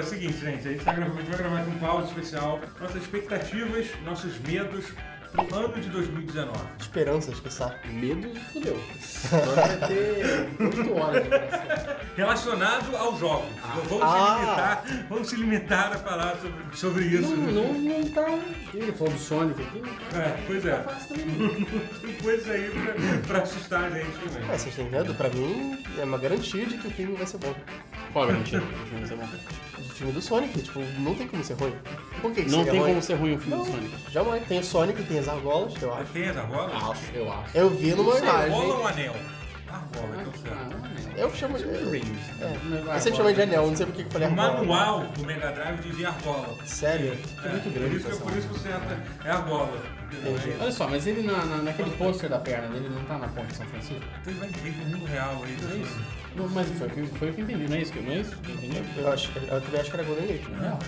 o seguinte, gente, a gente, tá gravando, a gente vai gravar aqui um pause especial. Nossas expectativas, nossos medos pro ano de 2019. Esperanças, que sabe. Medo de fudeu. Agora vai ter 8 horas né? de gravação. Relacionado aos jogos. vamos, se Ah. limitar, vamos se limitar a falar sobre, sobre isso. Não, não, não tá. Ele falou do Sonic aqui, não tá É, pois é. fácil também. não. Tem coisa aí pra, pra assustar a gente também. É, vocês têm medo? Pra mim, é uma garantia de que o filme vai ser bom. Qual é a garantia? Não sei é bom. O filme do Sonic, tipo, não tem como ser ruim. Por que, que Não é seria tem ruim? como ser ruim o filme Não, do Sonic. jamais. Tem o Sonic, tem as argolas, eu acho. Mas tem as argolas? Acho, eu acho. Eu vi numa tá, Argola ou imagem. anel? Argola, então Ah, certo. Ah, Eu chamo de... Rings. É. Eu sempre chamei de anel, não sei por que que eu falei tá. O argola. manual do Mega Drive dizia argola. Sério? É, muito Por grande isso que, essa por isso que o certo é argola. Entendi. Olha só, mas ele na, na- naquele pôster da perna dele não tá na ponte de São Francisco? Então ele vai viver no mundo real aí. Não é isso? Não, mas foi, o que- foi o que eu entendi, não é isso que não é isso? que eu entendi? Eu, acho, que- eu também acho que era Golden Gate. Não.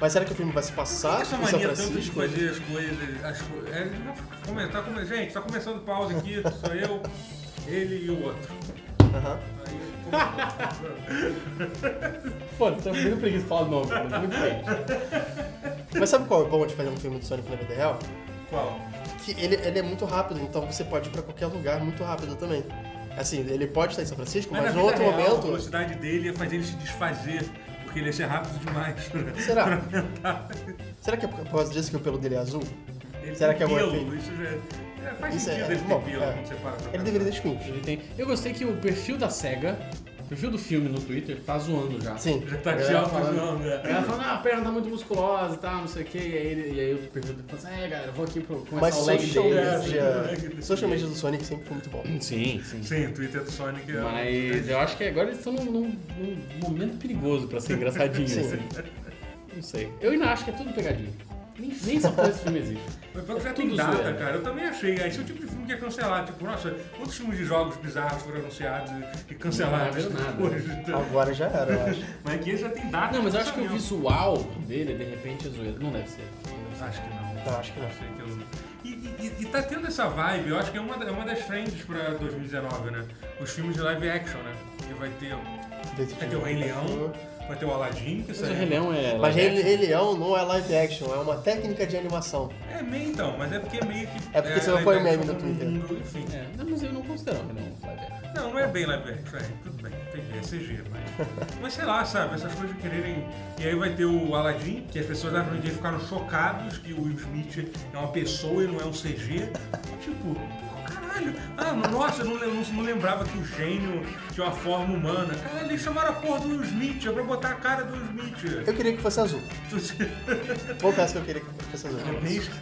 Mas será que o filme vai se passar em Essa São mania tanto de Francisco? fazer as coisas. As co é, não- come- tá come- gente, tá começando pausa aqui, só eu, ele e o outro. Aham. Pô, tô muito preguiça de falar de novo, cara, muito bem. Mas sabe qual é o bom de fazer um filme do Sonic na vida real? Qual? que ele, ele é muito rápido, então você pode ir pra qualquer lugar muito rápido também. Assim, ele pode estar em São Francisco, mas, na em vida outro real, A momento. velocidade dele ia fazer ele se desfazer, porque ele ia ser rápido demais. Será? Será que é por causa disso que o pelo dele é azul? Ele Será tem que é bom pelo, efeito? Isso já, é, faz Isso sentido é- ele ter bom, pelo é. quando você para pra Ele pensar. deveria ter espinhos. Ele tem. Eu gostei que o perfil da SEGA, o perfil do filme no Twitter, tá zoando já. Sim. Já tá Eu te ia autozoando, falando- né? Ela falando, ah, a perna tá muito musculosa e tal, não sei o que, e aí, ele- e aí o perfil dele falou assim, é galera, eu vou aqui pro, começar Mas o né? leg assim." social day. media, social media do Sonic sempre foi muito bom. Sim, sim. Sim, o Twitter do Sonic é. Mas eu acho que agora eles estão num, num- num momento perigoso pra ser engraçadinho, Sim. assim. Não sei. Eu ainda acho que é tudo pegadinha. Nem, nem essa porra desse filme existe. Mas pior que já é tem tudo data, zoeira. cara. Eu também achei. Esse é o tipo de filme que ia cancelar. Tipo, nossa, outros filmes de jogos bizarros foram anunciados e cancelados. Não, não é depois. então. Agora já era, eu acho. Mas aqui já tem data. Não, mas eu de acho que o lançamento. visual dele, de repente, é zoeiro. Não deve ser. Não deve ser. Acho que não. Não, acho que não. Sei que eu- E, e- e tá tendo essa vibe, eu acho que é uma, da- é uma das trends pra 2019, né? Os filmes de live action, né? Que vai ter, vai ter É um o Rei Leão, vai ter o Aladdin, que isso Mas o aí- Rei Leão é. Mas live Rei Rei Leão não é live action, é uma técnica de animação. É meio então, mas é porque meio que. É porque você não live põe action meme no Twitter. mundo, enfim. action. É, não, mas eu não considero o Rei Leão live action. Não, não é bem live action, é, tudo bem, tem é CG, mas. mas sei lá, sabe, essas coisas de quererem. E aí vai ter o Aladdin, que as pessoas lá no dia ficaram chocados que o Will Smith é uma pessoa e não é um CG. tipo, pô, caralho, ah, nossa, eu não, lem- não- não lembrava que o gênio tinha uma forma humana. Caralho, eles chamaram a porra do Will Smith, é pra botar a cara do Will Smith. Eu queria que fosse azul. Confesso que eu queria que fosse azul. É bem, esqui-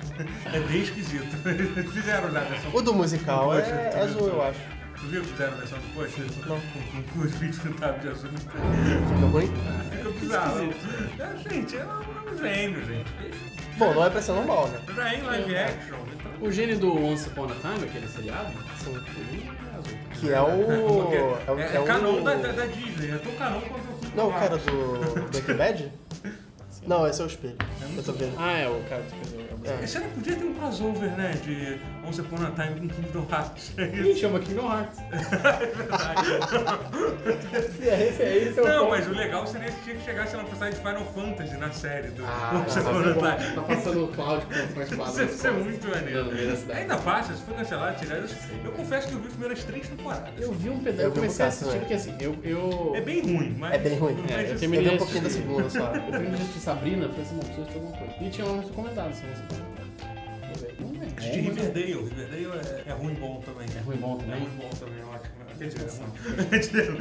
é bem esquisito. Eles fizeram já a versão. O do musical é, Poxa, é azul, eu acho. Tu viu que fizeram a versão do Poxa? Não. Com, com, com os vídeos pintados de azul. Ficou ruim? Fica bizarro. É, gente, é um, é um gênio, gente. Deixa- Bom, não é pra ser normal, né? Já é em live action, então. O gênio do Once Upon a Time, aquele seriado, Sim. ele é azul. também. Que é o. Porque É, o- é, é o- canon da, da, da Disney, é tão canon quanto o filme Não, do o cara Marvel. do Breaking Bad? Não, esse é o espelho. Eu tô vendo. Ah, é o cara que fez o. É. É, será que podia ter um crossover, né? De Once Upon a Time com Kingdom Hearts. Ih, chama Kingdom Hearts. esse, é- esse, é- esse é o Não, ponto. mas o legal seria que tinha que chegar, sei lá, pra sair de Final Fantasy na série do Ah, Once tá, Upon a tá, Time. tá passando o Cláudio com com a espada. Isso, isso é muito No maneiro. meio da cidade. Ainda passa, se for cancelado, tirar isso. Eu confesso que eu vi as primeiras três temporadas. Eu vi um pedaço, Eu eu, vi um comecei a pedaço, assistir né? porque assim, eu. eu... É bem ruim, mas. É bem ruim. mas É, eu isso- Eu terminei vi um esse pouquinho da vídeo. segunda só. Eu fui no de Sabrina, falei assim, não, preciso de alguma coisa. E tinha lá nos comentários, assim, nesse comentário. Eu falei, Não é. De Riverdale. Riverdale é, é ruim bom também. É ruim bom É também, ruim bom também, ótimo. Quer dizer, é ruim.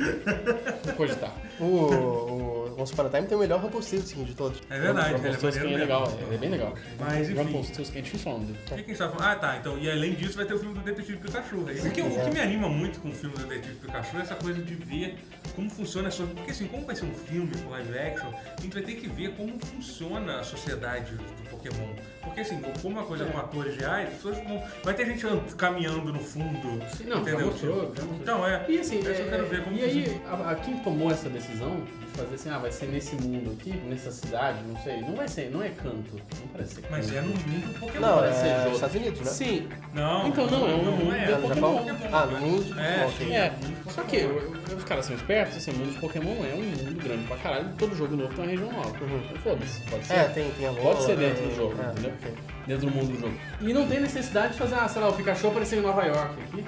não cogitar. O, o Once Upon a Time tem o melhor Rumpelstiltskin de todos. É verdade, ele é Rumpelstiltskin é maneiro legal, mesmo. é é bem legal. Mas enfim. Rumpelstiltskin é difícil o nome dele. O que que a gente tá falando? Ah, tá. Então, e além disso, vai ter o filme do Detetive Pikachu. aí. O que, eu- o que me anima muito com o filme do Detetive Pikachu é essa coisa de ver como funciona a sociedade. Porque, assim, como vai ser um filme com live action, a gente vai ter que ver como funciona a sociedade do Pokémon. Porque, assim, como é uma coisa com atores reais, as pessoas vão. Vai ter gente and- caminhando no fundo. Sim, não, já entendeu? mostrou, já mostrou. Então, é. E assim, eu só é- quero ver como e aí, a, a- quem tomou essa decisão de fazer assim, ah, vai ser nesse mundo aqui, nessa cidade, não sei. Não vai ser, não é canto. Não parece ser canto. Mas é no mundo do Pokémon. Não, Parece ser é jogo. Estados Unidos, né? Sim, Não, Então, não, é um mundo é, do é Japão. Pokémon, Pokémon. Ah, no mundo do É, Pokémon, sim. É, mundo do só que Pokémon. eu- eu- os caras são espertos, assim, o mundo de Pokémon é um mundo grande pra caralho, todo jogo novo tem uma região nova. Uhum. Então foda-se, pode ser. É, tem, tem a Lola. Pode ser dentro tem- do jogo, é, entendeu? ok. Dentro do mundo do jogo. E não tem necessidade de fazer, ah, sei lá, o Pikachu apareceu em Nova York aqui,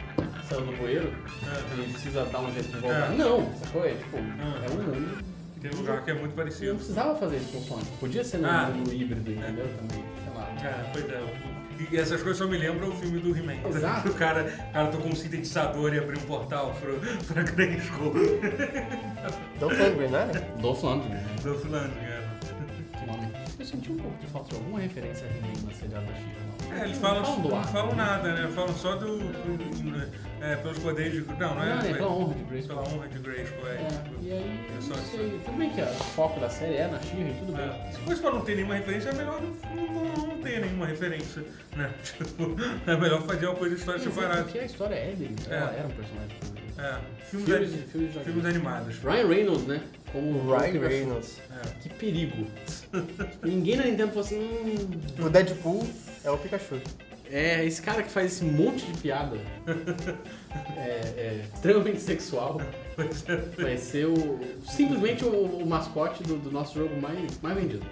saiu do bueiro, É. e precisa dar um jeito de voltar. É. Uhum. Não, sacou? É tipo, é um mundo. Tem lugar que é muito Eu não parecido. precisava fazer isso com o Sonic. Podia ser num Ah. mundo híbrido, entendeu? Também, sei lá. É, pois é. E essas coisas só me lembram o filme do He-Man. Exato. O cara, o cara tocou um sintetizador e abriu um portal pro, pra Grande School Don't Hungry, né? Dolph Lundgren, né? do Finlândia. Que nome. Eu senti um pouco de falta de alguma referência a He-Man na seriada da Chico. não. É, eles falam, do não ar. falam nada, né? Falam só do. do- é, pelos poderes de. Não, não é. Não, é pela honra de Grace. Pela honra de Grayskull, é. É, e aí, É eu só não isso. sei. Tudo bem que o foco da série é na Shira e tudo bem. É. Se fosse pra não ter nenhuma referência, é melhor não, não- não ter nenhuma referência, né? Tipo, é melhor fazer uma coisa de história Mas é separada. Porque a história é dele, então É. ela era um personagem. público. É, filmes, Filmes, ani- filmes, de filmes joguinhos. animados. Ryan Reynolds, né? Como O Ryan Reynolds. É. Que perigo. Ninguém na Nintendo falou assim. "Hum, O Deadpool é o Pikachu. É, esse cara que faz esse monte de piada é, é, extremamente sexual vai ser o, simplesmente o, o mascote do, do nosso jogo mais, mais vendido.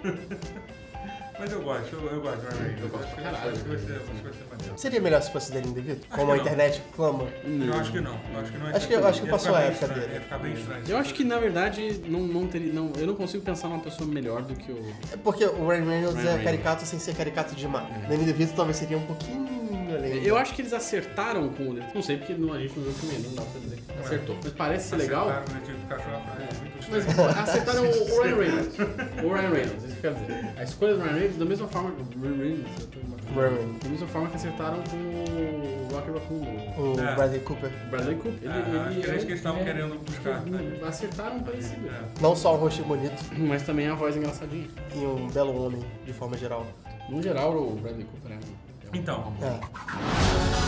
Mas eu gosto, eu, eu gosto de Ryan Reynolds. Eu gosto pra caralho. Acho que vai ser- acho que vai ser maneiro. Seria melhor se fosse dele indevido? Como a que não. internet clama. Eu acho que não. Eu acho que não é Acho que- tanto. acho que Ia passou ficar a bem época estranho, dele. Ia ficar bem estranho. Eu acho que na verdade não, não teria. Não, eu não consigo pensar numa pessoa melhor do que o. É porque o Ryan Reynolds é Ryan Reynolds. caricato sem ser caricato demais. É. Danny DeVito talvez seria um pouquinho além. Eu acho que eles acertaram com o Deadpool. Não sei porque não, a gente não viu também, não dá pra dizer. que Acertou. Mas parece ser legal. Acertaram no Detetive Pikachu, é muito estranho. Mas acertaram o o Ryan Reynolds. O Ryan Reynolds, isso que eu quero dizer. A escolha do Ryan Reynolds, da mesma forma. Ryan Reynolds, eu tô embarcando. Ryan Reynolds. Da mesma forma que acertaram com o Rocky Raccoon. O É. Bradley Cooper. O Bradley Cooper. Ele, Ah, acho que era isso que eles estavam é, querendo buscar, que né? Acertaram parecido. É. Não só um rosto bonito Mas também a voz é engraçadinha. e um belo homem, de forma geral. No geral, o Bradley Cooper é um. é um- Então. É.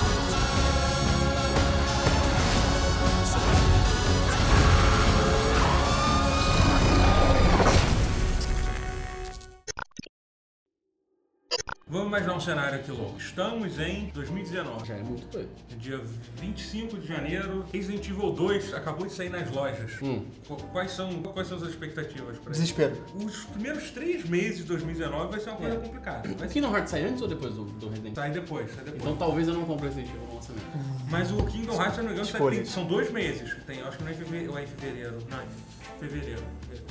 Vamos imaginar um cenário aqui louco. Estamos em 2019. Já é muito doido. Dia 25 de janeiro, Resident Evil 2 acabou de sair nas lojas. Hum. Qu- Quais são, quais são as expectativas para isso? Desespero. Os primeiros três meses de 2019 vai ser uma coisa É. complicada. Vai O ser... Kingdom Hearts sai antes ou depois do, do Resident Evil? Sai depois, sai depois. Então talvez eu não compre Resident Evil no lançamento. Mas o Kingdom Hearts, se eu não me engano, sai- Escolha. tem- são dois meses que tem. Eu Acho que não é em fevereiro. Ou é em fevereiro. Não, é em fevereiro. fevereiro.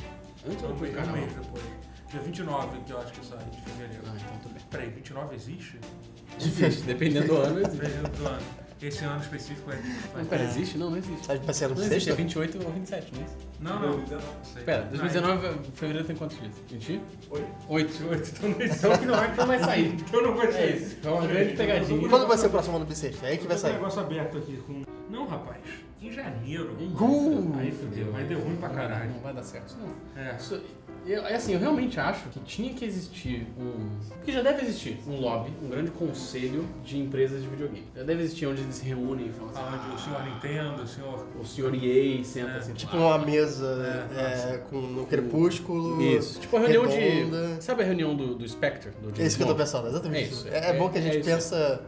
Antes ou Então, depois do um canal? mês depois. Dia 29 que eu acho que sai de fevereiro. Ah, então tudo bem. Peraí, 29 existe? Difícil, dependendo do ano existe. Fevereiro do ano. Esse ano específico é. Mas pera, existe? Não, não existe. Sabe, passeando Não no existe, é sexta? 28 ou 27, não é isso? Não, não. não sei. Pera, Não, é 2019, fevereiro tem quantos dias? 20? Oito. 8. Oito, então não existe. Então que não é que não vai sair. Então não vai É ser. isso, é uma grande pegadinha. Quando vai ser o próximo ano bissexto? É aí que vai Tem sair. um negócio aberto aqui com. Não, rapaz. Em janeiro. Ih, Uh! Aí fudeu. Aí deu ruim pra caralho. Não vai dar certo isso não. É. Isso- eu- é assim, eu realmente acho que tinha que existir um. Porque já deve existir um lobby, um grande conselho de empresas de videogame. Já deve existir onde eles se reúnem e falam assim. "Ah, Onde o senhor Nintendo, o senhor. O senhor EA senta assim. Tipo ah, uma mesa É, é, com no crepúsculo. Isso. Tipo a reunião redonda. de. Sabe a reunião do, do Spectre? Do É James isso que eu tô Bond? pensando, exatamente É isso. isso, É, é é- bom que a é gente isso. É. pensa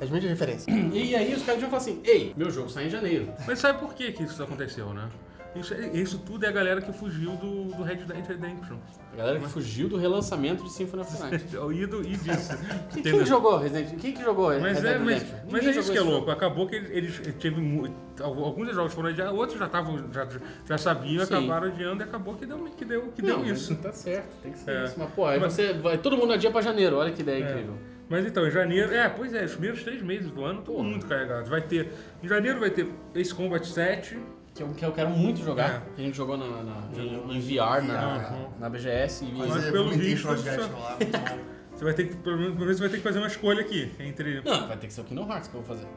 as mesmas referências. E aí os caras já falam assim: ei, meu jogo sai em janeiro. Mas sabe por que, que isso aconteceu, né? Isso, isso tudo é a galera que fugiu do, do Red Dead Redemption. A galera que fugiu do relançamento de Symphony of the Night. E, do, e disso. Quem, Entendeu? quem jogou Resident Quem que jogou Mas Red é, Dead mas, Redemption? mas Ninguém é isso que jogou é esse louco. jogo. Acabou que eles, eles teve mu- algu- alguns dos jogos foram adiados, outros já estavam já, já sabiam, Sim. acabaram adiando e acabou que deu que deu que Não, deu mas isso. Tá certo, tem que ser É. isso. Mas, pô, aí Mas- você vai. Todo mundo adia pra janeiro, olha que ideia incrível. Mas então, em janeiro, é, pois é, os primeiros três meses do ano Hum. estão muito carregados. Vai ter, em janeiro vai ter Ace Combat 7, Que eu, que eu quero muito jogar. É. Que a gente jogou na, na- em, em VR, na, Uhum. na BGS. E... Mas Mas eu pelo vomitei visto, flashbacks só- lá. Então muito bom. você vai ter que, pelo menos, pelo menos vai ter que fazer uma escolha aqui, entre, Não, vai ter que ser o Kingdom Hearts que eu vou fazer.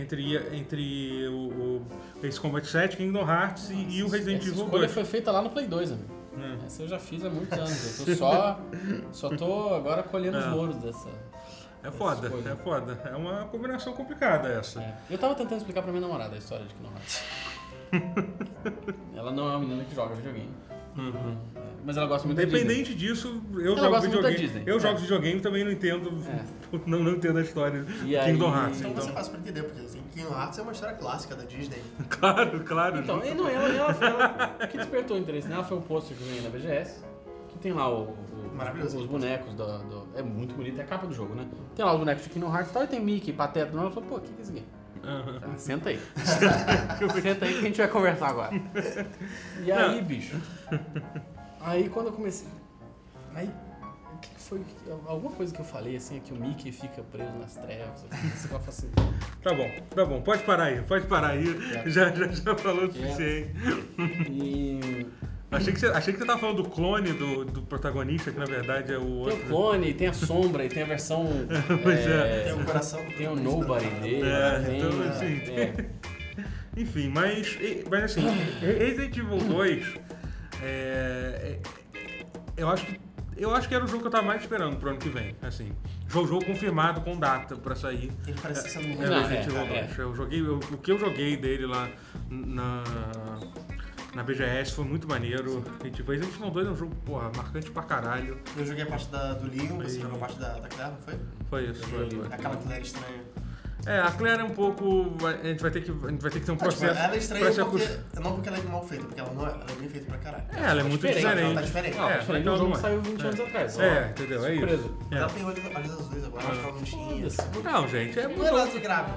entre, entre o, o Ace Combat 7, Kingdom Hearts e, e o Resident Essa Evil escolha 2. foi feita lá no Play 2, amigo. Hum. Essa eu já fiz há muitos anos. Eu tô só, só tô agora colhendo É. os louros dessa. É foda, escolha. é foda. É uma combinação complicada essa. é. Eu tava tentando explicar pra minha namorada a história de Kingdom Hearts. Ela não é uma menina que joga videogame. É, Mas ela gosta muito da Disney. Independente disso, eu Ela jogo gosta muito da videogame. Disney. Eu É. jogo videogame também não entendo. Não, não entendo a história do E Kingdom aí- Hearts. Então, vai ser Então, fácil pra entender, porque assim, Kingdom Hearts é uma história clássica da Disney. claro, claro. Então, e não, ela, ela, ela- o que despertou o interesse nela foi o pôster que eu ganhei na BGS, que tem lá o- o- Maravilhoso. os bonecos do, do- É muito bonito, é a capa do jogo, né? Tem lá os bonecos de Kingdom Hearts e tal, e tem Mickey, Pateta, não, ela falou, pô, o que que é isso aqui? Aham. Ah, senta aí. senta aí que a gente vai conversar agora. E aí, bicho. Aí quando eu comecei. Aí. O que que foi? Alguma coisa que eu falei assim, é que o Mickey fica preso nas trevas. Você fala assim. Tá bom, tá bom. Pode parar aí, pode parar aí. É. Já, já, já falou o suficiente. E. Achei que, você, achei que você tava falando do clone do, do protagonista, que na verdade é o Tem outro. o clone, tem a sombra, e tem a versão. Pois é. Tem o coração do Tem o protagonista. nobody dele. É, tem então, a- assim, é. Enfim, mas, e- mas assim, Resident Evil 2, é, é- eu, acho que, eu acho que era o jogo que eu tava mais esperando pro ano que vem, assim. Jogo, jogo confirmado com data pra sair. Ele parece que você não É, Não, lembra. Resident é, Evil é. 2. Eu joguei, eu- o que eu joguei dele lá na, na BGS foi muito maneiro. E, tipo, Resident Evil 2 é um jogo, porra, marcante pra caralho. Eu joguei a parte da, do Leon, você jogou a parte da, da Claire, não foi? Foi isso, foi, foi. Aquela que não era estranha. É, a Claire é um pouco. A gente vai ter que, a gente vai ter que ter um Ah, tipo, processo. ela é estranha pra se porque. acostumar. Não porque ela é mal feita, porque ela não é. Ela é bem feita pra caralho. É, ela é muito diferente, diferente. ela tá diferente. Não, É, diferente de então um jogo não que é. saiu 20 anos atrás. só. É, entendeu? É Ah. Surpreso. isso. Ela tem olhos, olhos azuis agora, ela ficava não tinha. Foda-se. né? Não, gente, é Não é mudou. nada de grave.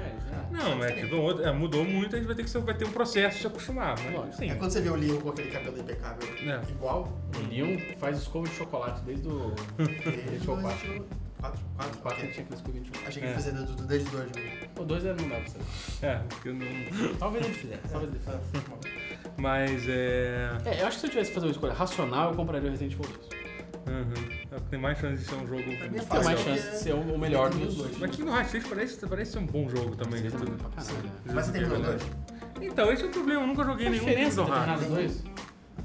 Não, é, tipo, outro- é, mudou muito, a gente vai ter que vai ter um processo de se acostumar. Mas, Lógico. sim. É quando você vê o Leon com aquele cabelo impecável É. igual. O Leon faz escova de chocolate desde o. Ele foi o dois, quatro. Quatro? Quatro? Quase que Ok. tinha aquela escova de chocolate. Achei que É. ele fazia do- do- desde dois mesmo. O 2 não dá pra saber. É, porque eu não. Talvez ele fizesse. Talvez ele fizesse. É. Mas é. É, eu acho que se eu tivesse que fazer uma escolha racional, eu compraria o Resident Evil 2. Uhum. É o que Tem mais chance de ser um jogo. minha Tem mais É Fácil. chance de ser o o melhor dos dois. Mas Kingdom Hearts 6 parece, parece ser um bom jogo também tá de tudo. Pra caralho. Mas você é terminou dois? Então, esse é o problema, eu nunca joguei Tem nenhum diferença Kingdom entre Hearts. nada dois?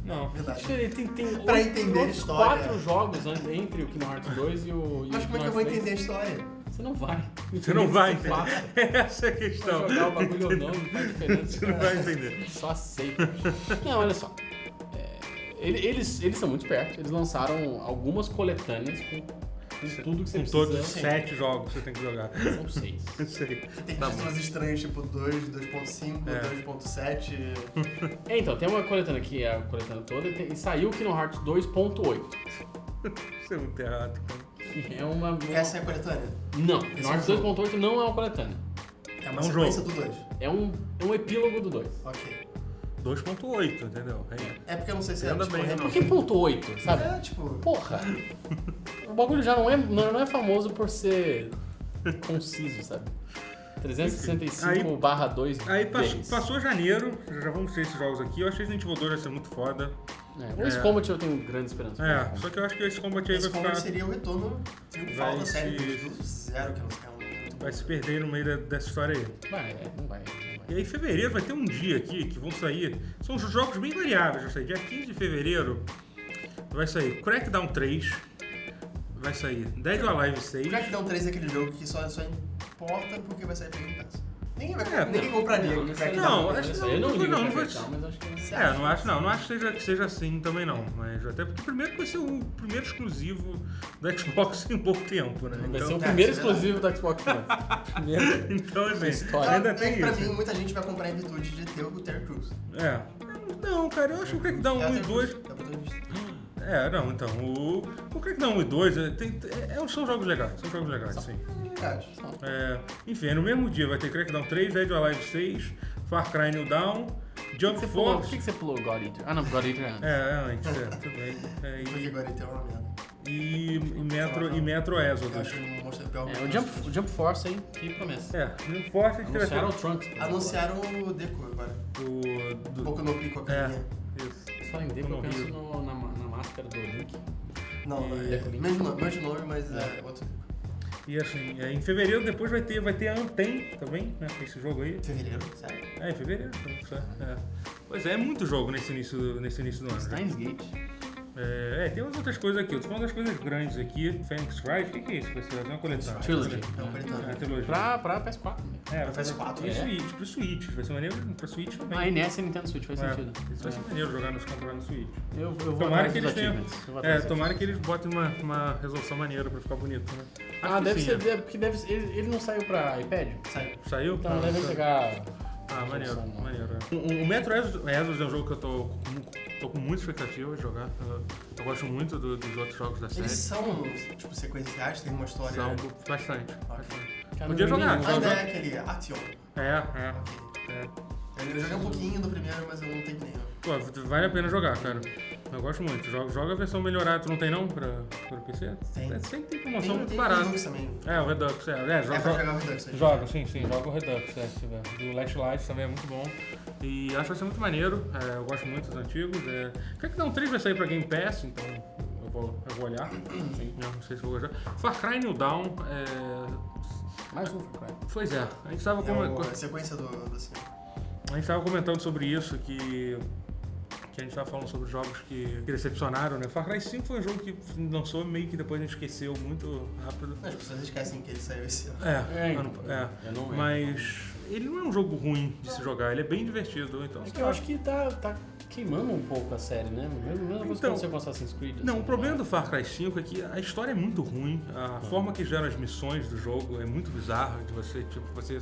Não. Verdade. Tem, tem, tem Pra oito- entender a outros história. quatro jogos an- entre o Kingdom Hearts 2 e o. e o Mas como é que eu Kingdom vou Hearts entender a história? 3. Você não vai. Você não vai Você passa. entender. Essa é a questão. Vai jogar o bagulho ou não, não faz diferença. Você não vai entender. Só aceita. Não, olha só. É, ele- eles, eles são muito espertos. Eles lançaram algumas coletâneas com, com tudo que você Com precisa. todos os sete jogos que você tem que jogar. São seis. Eu sei. Tem Tá títulos estranhos, tipo 2, 2.5, É. 2.7. É, então, tem uma coletânea que é a coletânea toda e, tem- e saiu o Kingdom Hearts 2.8. Isso é muito errado, cara. Que é uma... uma- Essa é a coletânea. Não, Kingdom Hearts 2.8 não é uma coletânea. É uma É um sequência do 2. É um, é um epílogo do 2. Ok. 2.8 entendeu? É. É porque eu não sei se é Eu tipo, também, eu Por realmente- que ponto 8, sabe? É, tipo. Porra! O bagulho já não é, não não é famoso por ser conciso, sabe? 365 Aí- barra 2 Aí passou, passou janeiro, já vamos ter esses jogos aqui. Eu achei que Resident Evil 2 ia ser muito foda. É, o Ace É. Combat eu tenho grande esperança. É, só que eu acho que esse combate aí Esse vai combo ficar. seria o retorno triunfal Vai da série se- do zero que elas ficaram é um muito Vai boas. se perder no meio da- dessa história aí. Vai, é, não vai. Não E vai. aí, em fevereiro vai ter um dia aqui que vão sair. São jogos bem variáveis, já sei. Dia 15 de fevereiro vai sair Crackdown 3, vai sair Dead or Alive 6. Crackdown 3 é aquele jogo que só, só importa porque vai sair pra Game Pass. Ninguém, vai, É, ninguém compraria não, Crackdown. não, não, acho que isso aí eu não, não ligo não, pra não vai- acreditar, mas acho que não. É, não acho não, não acho que seja, que seja assim também não. Mas até porque primeiro que vai ser o primeiro exclusivo da Xbox em pouco tempo, né? Vai ser Então, o tá, primeiro isso é verdade. exclusivo da Xbox One. Primeiro. então assim, história. ainda é que tem pra isso. mim, muita gente vai comprar em virtude de ter o Terry Crews. É. Não, cara, eu acho que o Crackdown É o 1 e Terry 2. Crews, é o protagonista. É, não, então. O, o Crackdown 1 e 2 é, tem- é- é- são jogos legais, são jogos legais, sim. Verdade. É, enfim, no mesmo dia vai ter Crackdown 3, Dead or Alive 6, Far Cry New Down, Jump Você pulou- Por Force. que que você pulou God Eater? Ah, não, God Eater é antes. É, é, antes, é, tudo bem. É, Porque agora ele tem uma merda. e, e, e Metro, e Metro Eu Exodus. acho que não mostra pior. É, o Jump, o Jump Force aí, que promessa. É, Jump Force a gente vai ter Anunciaram o Trunks. pô. Anunciaram o Deco agora. do. Um do pouco no pico a é, carinha. isso. Só em Deco eu No penso Rio. no- na, ma- na máscara do Link. Não, E- é, mesmo, nome- mesmo nome, mas é outro Deco. E assim, é, em fevereiro depois vai ter, vai ter Anten também, né? Esse jogo aí. Fevereiro, sério? É, em fevereiro. então, isso é, é. Pois é, é muito jogo nesse início, nesse início do ano. Steins Gate. É, é, tem umas outras coisas aqui. Eu tô falando das coisas grandes aqui. Phoenix Wright, o que, que é isso? Vai ser uma coletânea. Trilogy. Não, É, coletânea. trilogia. Pra, pra PS4. né? É, pra vai ser- PS4, E é. Switch, pro Switch. Vai ser maneiro pra Switch também. A NES e Nintendo Switch, faz sentido. É, isso vai ser maneiro jogar nos controles no Switch. Eu, eu vou Tomara atrás que dos eles tenham. achievements. Eu vou É, atrás dos tomara que eles botem uma, uma resolução maneira pra ficar bonito, né? Acho Ah, que deve sim, ser. né? Deve, porque deve ser- ele, ele não saiu pra iPad? Saiu? Então deve tá. chegar. Ah, maneiro, Solução, né? maneiro. é. O, o Metro Exodus Exodus é um jogo que eu tô com, tô com muita expectativa de jogar. Eu, eu gosto muito do- dos outros jogos da série. Eles são, tipo, sequenciais, tem uma história. São bastante. Ok. Cara, Podia não vi jogar. nenhum. São jogos- Ainda é aquele Action. É, é. Eu eu joguei um pouquinho do primeiro, mas eu não terminei. não. Pô, vale a pena jogar, cara. Eu gosto muito. Joga, joga a versão melhorada. Tu não tem não pra, pra PC? Tem. É, sempre tem Tem, promoção muito tem barata. Linux também. É, o Redux, é. É, É joga, pra joga, jogar o Redux. hoje. joga, sim, sim. Joga o Redux, é, se tiver. E o Last Light também é muito bom. E acho que vai ser muito maneiro. É, eu gosto muito dos antigos. É... Crackdown 3 vai sair pra Game Pass, então eu vou, eu vou olhar. Sim. Não, sei se eu vou gostar. Far Cry New Dawn, é... Mais um Far Cry. Pois é, a gente tava É com... o- a sequência do, do cinema. A gente tava comentando sobre isso, que, que a gente tava falando sobre jogos que, que decepcionaram, né? Far Cry 5 foi um jogo que lançou meio que depois a gente esqueceu muito rápido. Não, As pessoas esquecem que ele saiu esse ano. É, É, ano- então. é. Eu não lembro. Mas ele não é um jogo ruim de se jogar, ele é bem divertido, então. É que eu acho que tá, tá queimando um pouco a série, né? Mesmo mesmo Então- então, aconteceu com Assassin's Creed. Não, assim, o problema do Far Cry 5 é que a história é muito ruim, a forma que geram as missões do jogo é muito bizarra, de você, tipo, você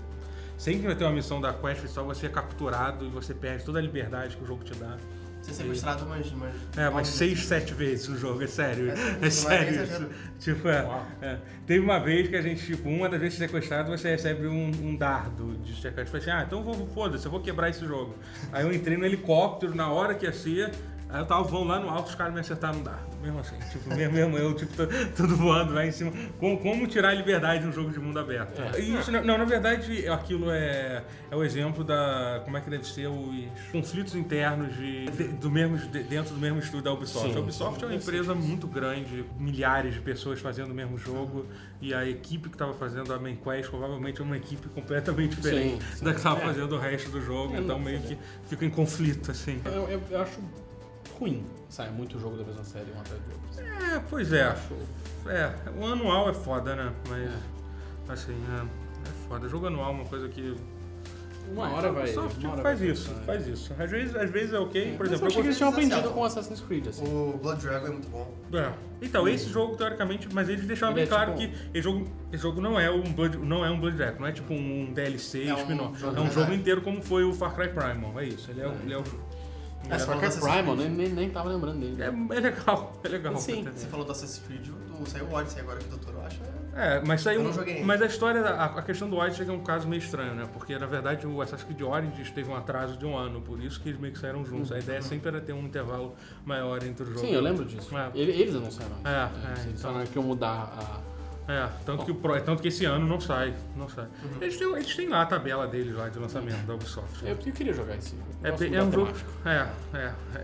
sempre vai ter uma missão da quest só você é capturado e você perde toda a liberdade que o jogo te dá. Você é sequestrado umas. umas É, umas seis, sete vezes o jogo, é sério. É, É sério não é isso. exagero. Tipo, é, é. Teve uma vez que a gente, tipo, uma das vezes sequestrado, você recebe um, um dardo de sequestro. Falei assim, ah, então eu vou, foda-se, eu vou quebrar esse jogo. Aí eu entrei no helicóptero na hora que ia ser. Aí eu tava voando lá no alto, os caras me acertaram no dardo. Mesmo assim, tipo, mesmo, mesmo eu, tipo, tô- tudo voando lá em cima. Como, como tirar a liberdade de um jogo de mundo aberto? E Isso, não, não, na verdade, aquilo é, é o exemplo da. Como é que deve ser os conflitos internos de, de- do mesmo, de- dentro do mesmo estúdio da Ubisoft. Sim. A Ubisoft é uma empresa muito grande, milhares de pessoas fazendo o mesmo jogo, e a equipe que estava fazendo a main quest provavelmente é uma equipe completamente diferente Sim, sim. da que estava É. fazendo o resto do jogo, É, então não, meio sim. que fica em conflito, assim. Eu, eu- eu acho ruim. Sai muito jogo da mesma série, um atrás do outro. assim. É, pois é. É, o anual é foda, né? Mas, assim, é, é foda. Jogo anual é uma coisa que. Uma hora vai. É, Ubisoft uma hora faz vai isso, funcionar. faz isso. Às vezes, às vezes é ok, por Mas exemplo. eu achei eu que eles tinham gostei dessa aprendido aula. com Assassin's Creed, assim. O Blood Dragon é muito bom. É. Então, esse jogo, teoricamente, mas eles deixaram Ele bem é claro tipo- que esse jogo, esse jogo não é um Blood, não é um Blood Dragon, não é tipo um DLC, É um spin-off. jogo é um de jogo verdade. inteiro como foi o Far Cry Primal, é isso. Ele é, o- ele é o É, você É, falou Far do Cry Assassin's Primal, Creed. nem, nem, nem tava lembrando dele. é, é legal, é legal. Sim. até. Você falou do Assassin's Creed, do, saiu o Odyssey agora que o doutor, eu acho. é- É, mas saiu. Eu não joguei ainda. Mas a história, a, a questão do Odyssey é um caso meio estranho, né? Porque na verdade o Assassin's Creed Origins teve um atraso de um ano, por isso que eles meio que saíram juntos. A ideia sempre era ter um intervalo maior entre os jogos. Uhum. Sim, eu lembro disso. É. Ele- Eles anunciaram. isso. É, Eles é, então. falaram que iam mudar a. É, tanto que, o pro- tanto que esse ano não sai. Não sai. Eles, têm, eles têm lá a tabela deles lá de lançamento da Ubisoft. É, Eu, eu queria jogar esse. jogo. Eu É, gosto bem- da é um jogo. temática. É,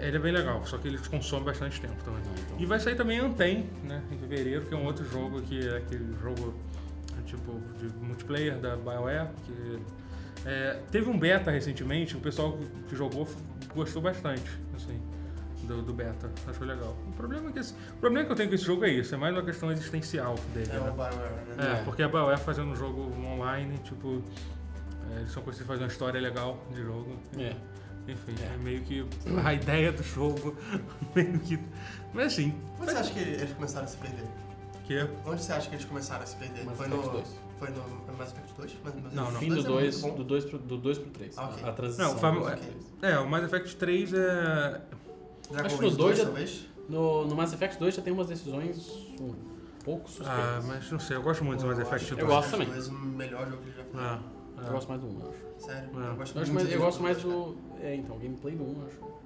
é. Ele é bem legal, só que ele consome bastante tempo também. Ah, então. E vai sair também Anten, né? Em fevereiro, que é um outro jogo que é aquele jogo é, tipo de multiplayer da BioWare. Que, é, teve um beta recentemente, o pessoal que jogou f- gostou bastante, assim. Do, do beta, achou legal. O problema, é que esse- o problema que eu tenho com esse jogo é isso, é mais uma questão existencial dele. É né? o Bioware, né? É, É. porque a BioWare fazendo um jogo online, tipo, é, eles só conseguem fazer uma história legal de jogo. É. Enfim, É. é meio que a ideia do jogo, meio que... Mas assim, Onde você acha que eles começaram a se perder? que... é, Onde você acha que eles começaram a se perder? Mass foi, Effect no, 2. foi no Mass Effect 2? Mas Mass Não, não. Effect é Fim do 2 é muito do bom. dois pro- do dois pro 3. Ah, ok. A transição. Não, o famo- Ok. é, o Mass Effect 3 é... Dragon Acho que Age no 2, dois é já- talvez. No, no Mass Effect 2 já tem umas decisões um pouco Ah, suspeitas. mas não sei, eu gosto muito do Mass Eu Effect acho 2. que Eu gosto Mass Effect 2 também. é o melhor jogo que eu já fiz. Ah, ah. Eu gosto mais do 1, eu acho. Sério, É. eu gosto Eu, acho muito mais, dele. eu gosto mais do. É, então, o gameplay do 1, eu acho.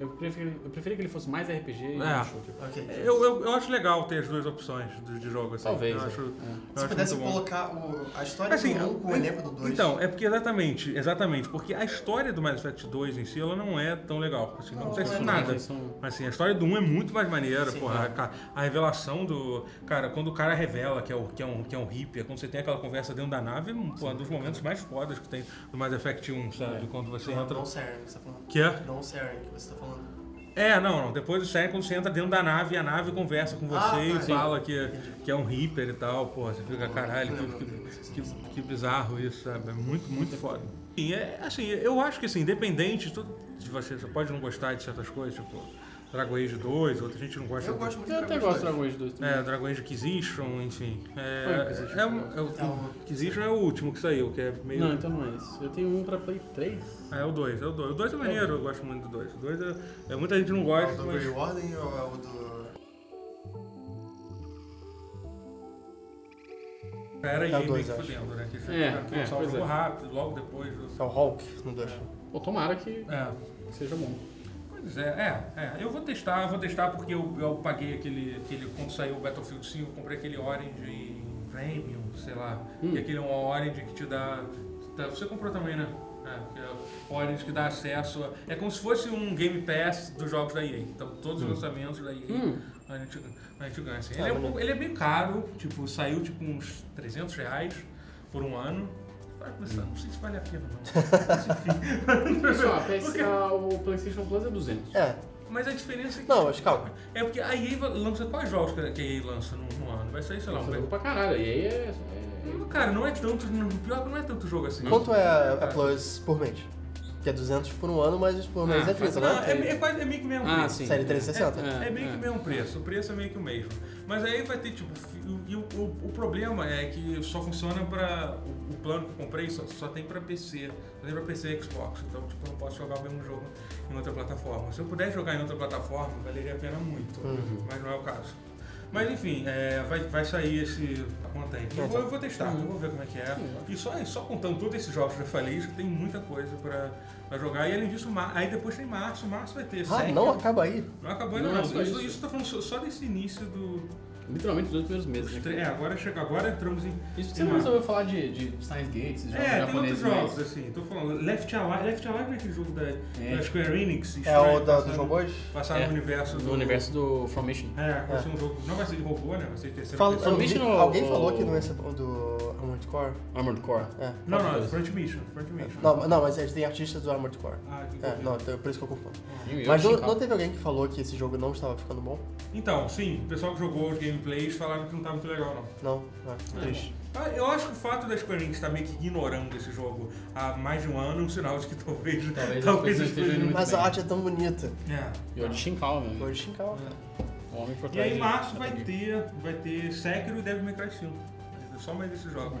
Eu preferia, eu preferia que ele fosse mais RPG e É. menos shooter. Ok. Eu, eu, eu acho legal ter as duas opções de, de jogo, assim. Talvez. Eu é. acho, É. eu Se acho pudesse muito bom. colocar o- a história Assim, do 1 com o eu- elenco do 2. Então, é porque exatamente, exatamente, porque a história do Mass Effect 2 em si, ela não é tão legal, assim, não, Não, acontece não é nada. Eles são- Mas assim, a história do 1 é muito mais maneira, Sim, porra. é. A, ca- a revelação do. Cara, quando o cara revela que é, o, que é, um, que é um hippie, quando você tem aquela conversa dentro da nave, é um, pô, um dos momentos mais fodas que tem do Mass Effect 1, sabe? Quando você Não, entra. Não Saren, que você tá falando. Que é? Não Saren, que você tá falando. É, não, não. Depois do século você entra dentro da nave e a nave conversa com você Ah, tá, e entendi. fala que, que é um Reaper e tal. Pô, você fica, caralho, que, que, que- que bizarro isso, sabe? É muito, muito foda. Enfim, é, assim, eu acho que assim, independente de tudo, de você, você pode não gostar de certas coisas, tipo Dragon Age 2, outra gente não gosta. Eu do- gosto muito Eu de até Dragon gosto de Ball. Dragon Age 2 também. É, Dragon Age Inquisition, enfim. Foi o É, Inquisition. é, um- é, É o o- Inquisition é o último que saiu, que é meio. Não, então não é isso. Eu tenho um pra Play 3. Ah, é o 2, é o 2. O 2 é maneiro, eu gosto muito do 2. O 2 é, é. Muita gente não O gosta, do mas. Grey Warden ou é o do... Era É o aí meio dois, que acho. fudendo, né? Que É, cara, que é, lançar o pois jogo é. rápido, logo depois. do- É o Hulk, não dois. Ou tomara que É. seja bom. Pois é, é, é. Eu vou testar, eu vou testar porque eu, eu paguei aquele, aquele. Quando saiu o Battlefield 5, eu comprei aquele Orange Premium, sei lá. Hum. E aquele é um Orange que te dá. te dá- Você comprou também, né? É, que é o Orange que dá acesso. a- é como se fosse um Game Pass dos jogos da EA. Então, todos os lançamentos da EA. Hum. A gente, a gente ganha, assim. Ele é, um né? pouco- ele é meio caro, tipo, saiu tipo uns 300 reais por um ano. Vai começar, não sei se vale a pena, não. Pessoal, a PS, a- o PlayStation Plus é 200. É, Mas a diferença é que. não, mas calma. É porque a EA va- lança quais jogos que a que a EA lança no, no ano? Vai sair, sei lá, um. Você jogou Battle- pra caralho. E aí é. é- Não, Cara, não é tanto. não- Pior que não é tanto jogo assim. Hum? Quanto é a- a Cara. Plus por mês? Que é 200 por um ano, mas por mês Ah, é 30, Não, né? é, é quase é meio que mesmo Ah, preço. sim. Série 360. É, É meio que o é. mesmo preço, o preço é meio que o mesmo. Mas aí vai ter tipo. fi- E o, o- o problema é que só funciona pra. O, o plano que eu comprei só, só tem pra PC. Só tem pra PC e Xbox. Então, tipo, eu não posso jogar o mesmo jogo em outra plataforma. Se eu puder jogar em outra plataforma, valeria a pena muito. Uhum. Mas não é o caso. Mas enfim, é, vai, vai sair esse. Contém. Eu vou, eu vou testar, eu vou ver como é que é. E só, e só contando todos esses jogos que eu já falei, já tem muita coisa pra, pra jogar. E além disso, mar- aí depois tem março, março vai ter. Ah, Sekiro. não acaba aí. Não acabou ainda não. Não, é só Isso, isso. isso tá falando só- só desse início do. Literalmente os dois primeiros meses. dos né? tre- É, agora chega, agora entramos em. Isso em é que você não março. resolveu falar de, de Science Gate, esses jogos É, tem outros japoneses. jogos, mas- assim, tô falando. Left Alive, Left Alive é aquele jogo da, É. da Square Enix. É estranho, o da, dos passado- robôs? Passado É, no universo do. No universo do Formation. É, vai ser um jogo. Não vai ser de robô, né? Vai ser de terceira Fala- pessoa. eu vi- Mission ou- alguém ou- falou que não ia ser o do Armored Core? Armored Core. É. Não, não, é coisa. Front Mission, Front Mission. Não, não, mas eles têm artistas do Armored Core. Ah, que É, confuso. não, então é por isso que eu confundo. E o Mas não, Yoshikawa. não teve alguém que falou que esse jogo não estava ficando bom? Então, sim, o pessoal que jogou os gameplays falaram que não tá muito legal, não. Não? né? Ah, triste. Ah, Eu acho que o fato da Square Enix estar meio que ignorando esse jogo há mais de um ano é um sinal de que talvez. Talvez as coisas as estejam indo coisas- Mas bem. a arte é tão bonita. É. E o de Shinkawa, meu. Vou de xingar, cara. O homem por E aí em de- março vai Ataque. ter, vai ter Sekiro e Devil May Cry 5. É Só mais esses jogos.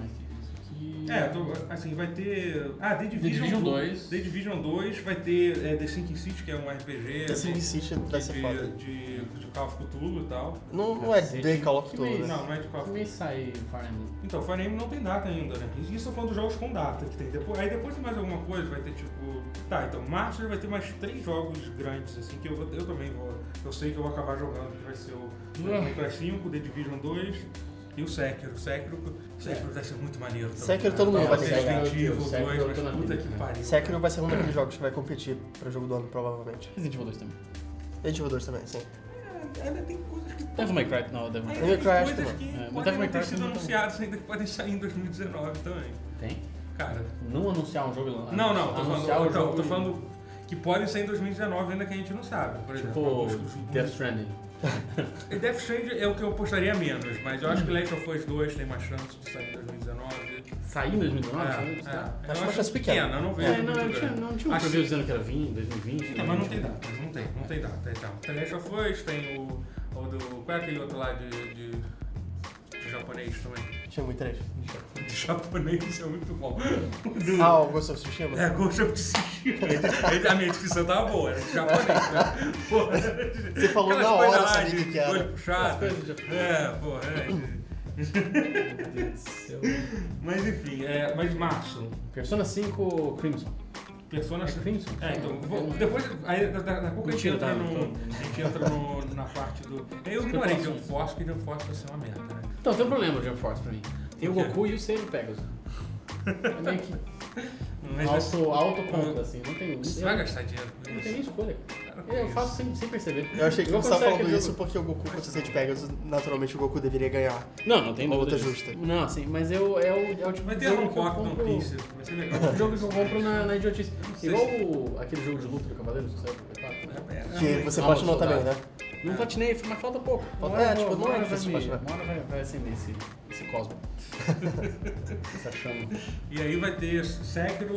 Que- É, eu tô- assim, vai ter... Ah, The Division, Division 2. 2. The Division 2 vai ter é, The Sinking City, que é um RPG The Sing City vai ser de, foda. de, de Call of Cthulhu e tal. Não, não é Cacete. The Call of Que Cthulhu, mês? né? Não, não é de Call of Que Cthulhu. mês sai Fire Emblem? Então, Fire Emblem não tem data ainda, né? Isso eu falando dos jogos com data que tem. Depois, aí depois tem mais alguma coisa, vai ter tipo... Tá, então, março já vai ter mais três jogos grandes, assim, que eu, vou- eu também vou... Eu sei que eu vou acabar jogando, que vai ser o Devil É. May Cry 5, The Division 2 e o Sekiro. O Sekiro, o Sekiro deve ser muito maneiro também. Sekiro né? todo mundo vai vai ser pegar. Resident Evil Meu Deus, É. Sekiro 2, eu mas tô na puta vida, que cara. pariu. Sekiro vai ser um daqueles jogos que vai competir pra jogo do ano, provavelmente. Resident Evil 2 também. Resident Evil 2 também, sim. É, Ainda tem coisas que... Devil May Cry, não, Devil May Cry. Ainda tem Devil May Cry, coisas acho que que não. É, mas podem Devil não May ter Cry sido não tá- anunciadas ainda, que podem sair em 2019 também. Tem? Cara... Não anunciar um jogo e lan- Não, não, tô anunciar falando, o então, jogo tô e- falando que podem ser em 2019 ainda que a gente não sabe. Por exemplo, alguns- Tipo, Death Stranding. E Death Strand é o que eu apostaria menos, mas eu acho que Last of Us 2 tem mais chance de sair em 2019. Saiu em 2019? é, sabe? Tá. é. Acho Eu uma chance pequena. eu não vejo. É, não, muito eu tinha, grande. não tinha um Acho- preview dizendo que era 20, 2020. Então, mas não né? tem data, não tem, não tem data. Então, tem Last of Us, tem o, o do. Qual é aquele outro lá de, de, de japonês também? Tinha muito três. De japonês é muito bom. Ah, o Ghost of Tsushima? É, Ghost of Tsushima. A minha descrição tava boa, era de japonês, né? Porra. Você falou Aquelas na coisas hora, lá sabia de o que que era. Olho puxado. As coisas de- É, porra. é. Meu Deus do céu. Mas enfim, é, mas março, Persona 5 Crimson. Persona É Crimson? É, então, É. vou- depois, aí, da- da- daqui a pouco a gente Mentira, entra, tá, no, então. a gente entra no- na parte do. Eu ignorei que eu forço, porque eu forço vai ser uma merda, né? Então, tem um problema o Jump Force pra mim. Tem o Por quê? Goku e o Seiya Pegasus. É meio que... Mas você Auto, autocontra, assim. Não tem, não você tem, vai gastar dinheiro com não tem nem isso. escolha. Cara, que Eu isso. faço sem, sem perceber. Eu achei que Igual você tava quando sai falando aquele isso jogo- porque o Goku contra o Sete Pegasus, naturalmente o Goku deveria ganhar. Não, não tem Uma dúvida. luta disso. justa. Não, assim, mas eu, é, o, é o tipo Vai de ter um jogo Hong que eu Kong One compro- Piece, vai ser legal. É um jogo que eu compro na, na idiotice. sei Igual o- aquele jogo de luta do Cavaleiros que saiu pro mercado. É, é, Que você Ah, bate não soldado. também, né? Não patinei, mas falta pouco. Falta- Uma hora- é, tipo, uma não hora é vai difícil me- imaginar. Uma hora vai, vai acender esse, esse cosmo. Essa chama. E aí vai ter Sekiro,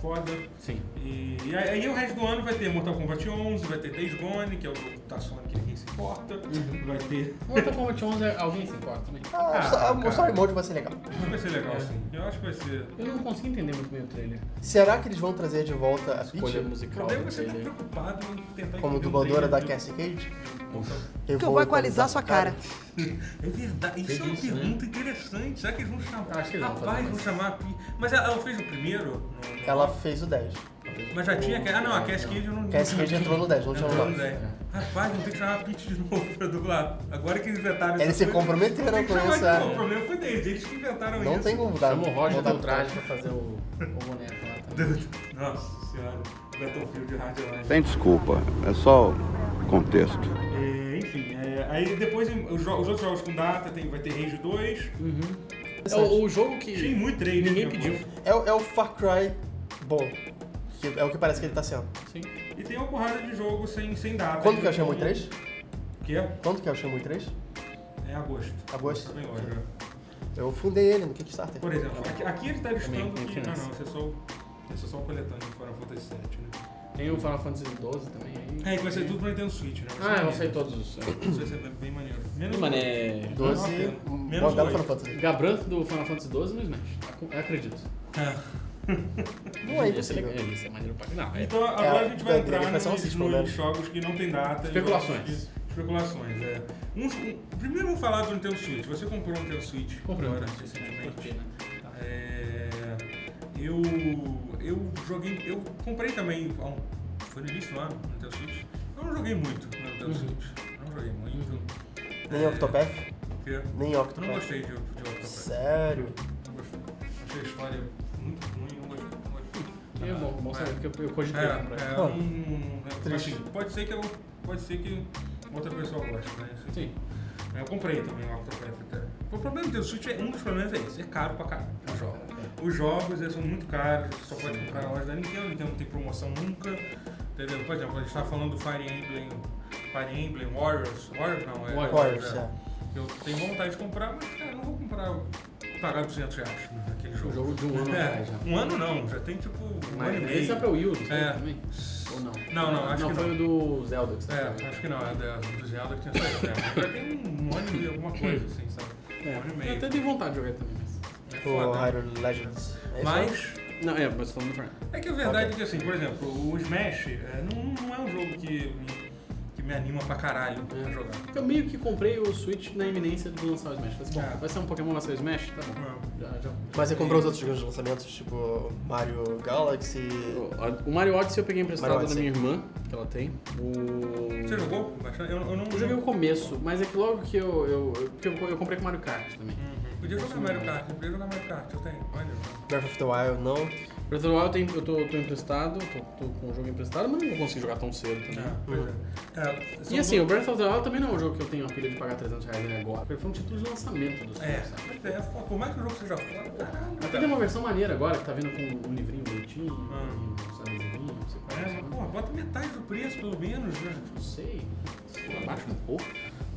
foda. Sim. E, e aí aí o resto do ano vai ter Mortal Kombat 11, vai ter Days Gone, que é o jogo da Sony que ninguém se importa. Uhum. Vai ter... Mortal Kombat 11, alguém se importa né? também. Ah, Ah, o sta- cara. o Story Mode vai ser legal. Vai ser legal, É. sim. Eu acho que vai ser... Eu não consigo entender muito bem o trailer. Será que eles vão trazer de volta a Escolha Peach O musical problema é do você estar trailer. preocupado em tentar como entender o dubladora trailer da do- Cassie Cage? Que eu vou equalizar sua cara. É verdade, isso é uma Isso, né? pergunta interessante. Será que eles vão chamar? Acho que eles vão fazer Rapaz, vão mais. chamar a Pi. Mas ela, ela fez o primeiro? no- no- Ela fez o 10. Mas já tinha. Ah, não, a Cass Cage eu não. Cassie Cage entrou no 10, não tinha Entrou no nada. 10. Rapaz, vão ter que chamar a Peach de novo pra dublar. Agora que eles inventaram Eles se comprometeram Não tem que com chamar isso, de é. novo, O problema foi deles, eles que inventaram isso. Não tem como dar. Chamou Tá. o Roger não dá do pra- traje pra fazer o, o boneco lá também. Nossa senhora, Battlefield de Hard Line. Sem desculpa, é só contexto. É, enfim, é, aí depois em- os, jo- os outros jogos com data tem, vai ter Rage 2. Uhum. né? É o, o jogo que Tem muito né, 3. ninguém pediu. É, o- é o Far Cry bom. Que é o que parece que ele tá sendo. E tem uma porrada de jogo sem, sem data. Quando que é o Então, Shenmue 3? Que é, Quando que é o Shenmue 3? é agosto. Agosto? Também hoje. é. Eu fundei ele no Kickstarter. Por exemplo, aqui, aqui ele tá listando Também, que. tem Ah, isso. não, isso é só, isso é só o coletâneo de Final Fantasy VII, né? Tem o Final Fantasy XII também aí. É, que vai ser tudo pra Nintendo Switch, né? Ah, eu eu vou sair todos os. Isso vai ser bem, bem maneiro. Menos é Mané. 12. Menos um dois. Modelo Final Fantasy. Gabranto do Final Fantasy XII no Smash. Ac- Acredito. É. Não é Esse impossível. é, esse é maneiro pra caralho. Não, é. Então agora É, a gente vai da- da entrar nos, animação Switch, pelo menos. nos jogos que não tem data. e Especulações. jogos que- Especulações, é. Uns- um- primeiro vamos falar do Nintendo Switch. Você comprou o Nintendo Switch Comprei agora, um Nintendo Switch, recentemente. curti, né? É, eu, eu joguei. Eu comprei também. há um- Foi no início do ano, no Nintendo Switch. Eu não joguei muito no Nintendo Uhum. Switch. Não joguei muito. Nem É, Octopath. porque Nem Eu não Octopath. gostei de, de Octopath. Sério? Não gostei. Achei a história muito ruim, não gostei. Não gostei. E é bom, bom saber, porque eu, eu cogitei comprar. É, é Bom, um. triste. assim, pode ser que eu. Pode ser que outra pessoa goste, né? Isso- Sim. é, Eu comprei também o Octopath até. O problema do Switch é um dos problemas é esse, é caro pra caralho os jogos. é. Os jogos eles são muito caros, você só pode comprar na loja da Nintendo, a Nintendo não tem promoção nunca. Entendeu? Por exemplo, a gente tá falando do Fire Emblem. Fire Emblem Warriors. Warriors não, é. Warriors, é. é. Eu tenho vontade de comprar, mas cara, não vou comprar. Pagar 200 reais naquele O jogo. jogo de um ano É, atrás já. um ano não, já tem tipo um ano e Mas meio. esse é pra Wii U, não sei É. também? Ou não? Não, não, acho que não. foi o do Zelda que você tá É, acho que não, é da, do Zelda que tinha saído. né? Mas Já tem um ano e alguma coisa, assim, sabe? Um ano e É. Eu meio. até dei vontade de jogar também, mas. É O foda. Hyrule Legends. É isso? Mas Não, é, mas falando do Fernando. é que a verdade é que, assim, por exemplo, o Smash é, não, não é um jogo que me, que me anima pra caralho Uhum. pra jogar. Eu meio que comprei o Switch na iminência do lançar o Smash. Falei assim, bom, É. vai ser um Pokémon lançar o Smash? Tá bom. Não. Já, já. Mas você comprou os outros grandes lançamentos, tipo Mario Galaxy. O Mario Odyssey eu peguei emprestado Mario da Odyssey. minha irmã, que ela tem. O... Você jogou? bastante? Eu, eu não Eu joguei o começo, mas é que logo que eu. eu, eu- porque eu, eu comprei com o Mario Kart também. Uhum. Podia jogar Mario Kart, podia jogar Mario Kart, eu tenho. Olha. Breath of the Wild, não. Breath of the Wild eu tenho- eu tô, tô emprestado, tô, tô com o jogo emprestado, mas não vou conseguir jogar tão cedo também. Ah, pois é. É, são Uhum. E assim, dois- o Breath of the Wild também não é um jogo que eu tenho a pilha de pagar 300 reais nele agora. Porque foi um título de lançamento do Switch, É, sabe? pois é, pô, por mais que o jogo seja foda, caralho. Até cara. tem uma versão maneira agora, que tá vindo com um livrinho bonitinho, Hum. e um sabezinho, não sei qual É, é. mas, porra, bota metade do preço, pelo menos, né? Não sei. Abaixa um pouco.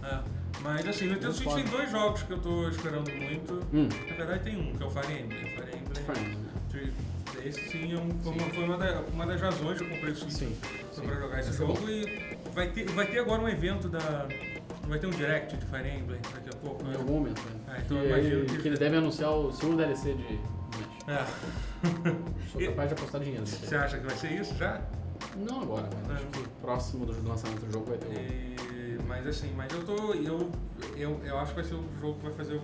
É, Mas assim, no Nintendo Switch tem dois jogos que eu tô esperando muito. Hum. Na verdade tem um, que é o Fire Emblem. Fire Emblem. Fine. Esse sim é um, foi, uma, foi uma, da- uma das razões que eu comprei o Switch Sim, foi pra jogar esse jogo. E vai ter, vai ter agora um evento da. Vai ter um direct de Fire Emblem daqui a pouco. Em né? algum momento, né? É, que, então eu imagino que- que ele deve anunciar o segundo DLC de Smash. É. Sou E- capaz de apostar dinheiro. nisso aí. Você acha que vai ser isso já? Não agora, mas acho que próximo do do lançamento do jogo vai ter um- o... E- mas assim, mas eu tô. Eu, eu, eu acho que vai ser o jogo que vai fazer eu,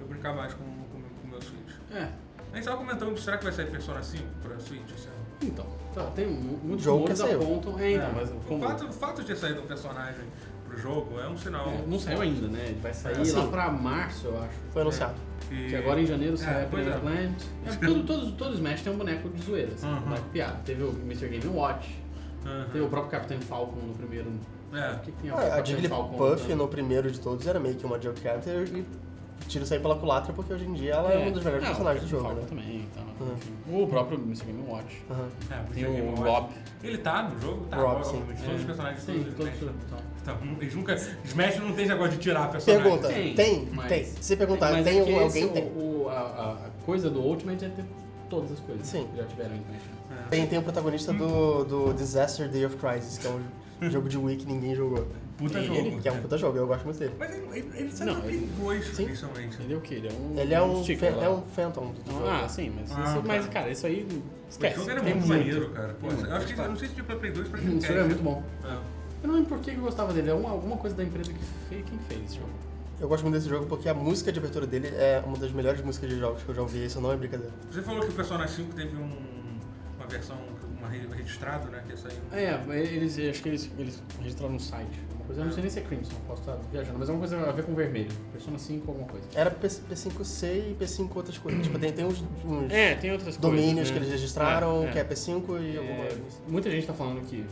eu brincar mais com o com, o meu- com o meu Switch. É, A gente tava comentando, será que vai sair Persona 5 pra Switch? esse ano? então. Tá, tem mu- muitos Jogo que rumores saiu. apontam... É, então, É, mas o como... fato, o fato de ter saído um personagem pro pro jogo, é um sinal. É, não saiu ainda, né? Ele vai sair Assim. lá pra março, eu acho. Foi anunciado. E- Que agora em janeiro sai É, a pois Player é. Plant. É, todo, todos, todos os Smash tem um boneco de zoeira, assim, Uhum. um boneco piada. Teve o Mr. Game Watch, Aham. teve o próprio Capitão Falcon no primeiro. O É. que que tem Ah, A, a Capitão Falcon Jigglypuff, né? no- no primeiro de todos, era meio que uma joke character e tira sair pela culatra porque hoje em dia ela é, uma das melhores Ah, personagens do o jogo, Falcon né? também, então. Uhum. enfim. O próprio Mr. Game Watch. Aham. É, o Tem Mr. o Game Watch. Rob. Ele tá no jogo? Tá, Rob, obviamente, sim. Todos os É. personagens Sim, todos todos eles os têm. então. Tá, eles nunca. Smash não tem esse negócio de tirar personagem. Pergunta, Tem, tem? Tá. Tem, mas- Se você perguntar, Mas tem é que algum- esse, alguém? o- Tem. o- a, a- a coisa do Ultimate é ter todas as coisas Sim. que já tiveram em Smash. É. Tem, tem o protagonista do, do Disaster Day of Crisis, que é um jogo de Wii que ninguém jogou. Puta E jogo. Ele, que é um puta jogo, eu gosto muito dele. Mas ele, ele, ele Não, saiu ele- em dois, Sim. principalmente. Entendeu o que? Ele é um. Ele é um, sticker fan- lá. é um Phantom do jogo. Ah, sim, mas, Ah, isso, tá. mas cara, isso aí O esquece. jogo era tem muito maneiro, É. cara. Pô, Tem muito, eu acho que tá. eu não sei se tinha pra Play 2 pra Hum, Isso Dreamcast. era muito bom. É. Eu não lembro por que que eu gostava dele. É uma, alguma coisa da empresa que fez. Quem fez esse jogo? Eu gosto muito desse jogo porque a música de abertura dele é uma das melhores músicas de jogos que eu já ouvi, isso não é brincadeira. Você falou que o Persona 5 teve um- uma versão, uma re- registrado, né? Que saiu. É, mas eles, acho que eles, eles registraram no site. Uma coisa, eu não sei nem se é Crimson, posso estar viajando, mas é uma coisa a ver com vermelho. Persona 5 alguma coisa. Era P- P5C e P5 outras coisas. tipo, tem, tem uns, uns É, tem outras domínios coisas. né? que eles registraram, É, é. que é P5 e alguma É, muita gente tá falando que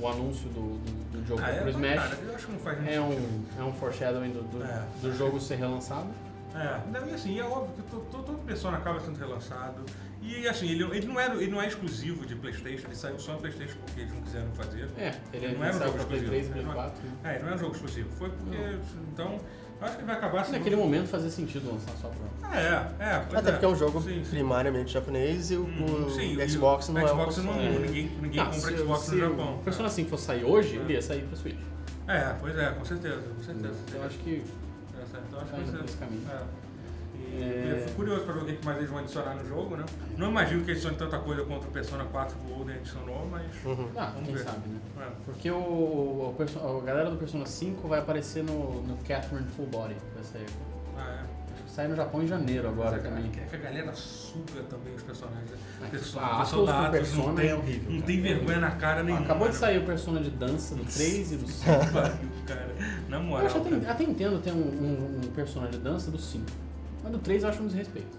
o anúncio do, do, do jogo Ah, é, pro Smash cara, eu acho que não faz muito é, sentido. um, é um foreshadowing do, do, É. do jogo ser relançado. É, não, e assim, é óbvio que to- to- todo Persona acaba sendo relançado. é E assim, ele, ele não era, ele não é exclusivo de Playstation, ele saiu só no Playstation porque eles não quiseram fazer. É, ele Não era um saiu jogo pra Play exclusivo, 3 e ele Play não é- 4. né? É, não é um jogo exclusivo, foi porque. Então, eu acho que vai acabar sendo. Naquele momento fazia sentido lançar só pra... É, é. pois Até porque é um jogo Sim, sim. Hum, primariamente japonês e o, o Sim, e Xbox não é um Xbox não- console. ninguém, ninguém Ah, compra se- Xbox se no Japão. O Persona 5 fosse sair hoje, É. ele ia sair pra Switch. É, pois é, com certeza, com certeza. Eu acho que É, certo, eu acho tá que indo vai por esse ser. caminho. É. E É. eu fico curioso pra ver o que mais eles vão adicionar no jogo, né? Não imagino que adicione tanta coisa contra o Persona 4 que o Golden adicionou, mas. Uhum. Ah, Vamos quem ver. sabe, né? é. Porque o, o perso- a galera do Persona 5 vai aparecer no, no Catherine Full Body. Vai sair. Ah, é. Acho que sai no Japão em janeiro agora Mas é que- também. É que a galera suga também os personagens. né? Ah, Perso- a Atlas do soldados, não Persona tem, é horrível, Não cara. tem vergonha na cara nenhuma. Acabou de né? sair o Persona de dança do 3 e do 5. Que pariu, cara. Na Eu moral. acho até, é cara. até entendo ter um, um, um Persona de dança do 5. Mas do 3 eu acho um desrespeito.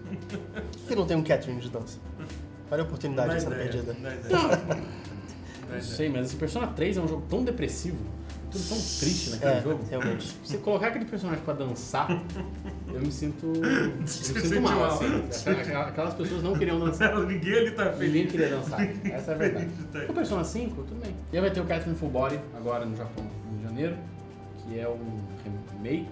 Por que não tem um Catherine de dança? Olha a Não oportunidade dá sendo Hum. ideia, perdida. Não, dá ideia. É, Não sei, mas esse Persona 3 é um jogo tão depressivo, tudo tão triste naquele É, jogo. realmente. Se você colocar aquele personagem pra dançar, eu me sinto. Eu me sente sinto mal, mal. assim. Aquela- Aquelas pessoas não queriam dançar. Ninguém ali tá feliz. Ninguém queria dançar. Essa é a verdade. tá O Persona 5, tudo bem. E aí vai ter o Catherine Full Body agora no Japão, em janeiro, que é um remake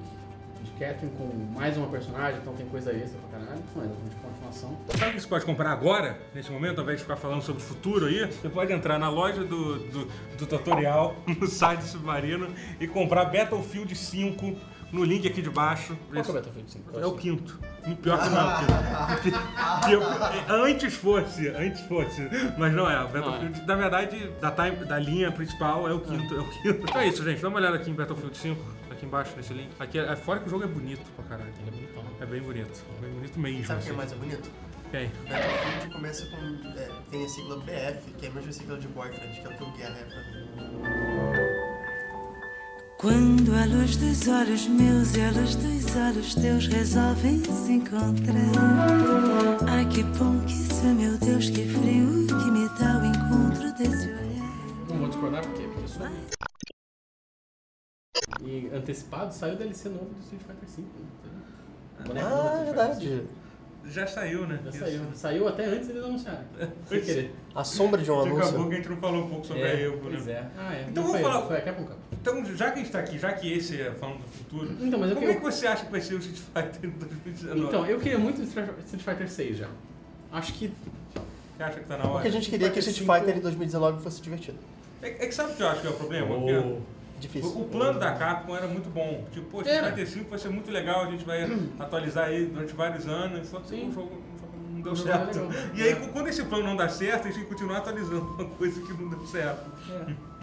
de Catherine com mais uma personagem, então tem coisa extra pra caralho. Não é exatamente continuação. Sabe o que você pode comprar agora, nesse momento, ao invés de ficar falando sobre o futuro aí? Você pode entrar na loja do, do, do tutorial, no site do Submarino, e comprar Battlefield 5 no link aqui de baixo. Qual que é o Battlefield 5? É o quinto. E Pior que não é o quinto. Pior- antes fosse, antes fosse. Mas não é. O Battlefield, na verdade, da, time- da linha principal é o quinto. É o quinto. Então é isso, gente. Dá uma olhada aqui em Battlefield 5, aqui embaixo nesse link. Aqui, é, fora que o jogo é bonito pra caralho. Ele é bonitão. É bem bonito. Bem bonito mesmo. Sabe o que assim. mais é bonito? Quem? Battlefield começa com. é, tem a sigla BF, que é a mesma sigla de boyfriend, que é o que o Guerra é pra mim. Quando a luz dos olhos meus e a luz dos olhos teus resolvem se encontrar. Ai que bom que isso é, meu Deus, que frio que me dá o encontro desse olhar. Não vou discordar porque porque eu sou. E antecipado saiu o DLC novo do Street Fighter V. né? O boneco novo do Ah, é Street Fighter verdade. Já saiu, né? V. Já saiu. Saiu até antes deles anunciarem. Sem querer. A sombra de um Acabou anúncio. que a gente não falou um pouco sobre a Evo, pois né? é. Ah, é. Então vamos Não foi, falar- Foi a Capcom Cup. Então, já que a gente tá aqui, já que esse é falando do futuro, Então, mas eu como quero- é que você acha que vai ser o Street Fighter em 2019? Então, eu queria muito Street Street Fighter 6 já. Acho que. Você acha que tá na hora? Porque a gente é queria que Street Fighter em 2019 fosse divertido. É, é que sabe o que eu acho que é o problema? o- Porque Difícil. o, o plano da Capcom era muito bom. Tipo, pô, Street Era. Fighter 5 vai ser muito legal, a gente vai atualizar ele durante vários anos. Só que Sim. o jogo, o jogo não deu Não deu certo. legal. E aí, quando esse plano não dá certo, eles têm que continuar atualizando uma coisa que não deu certo.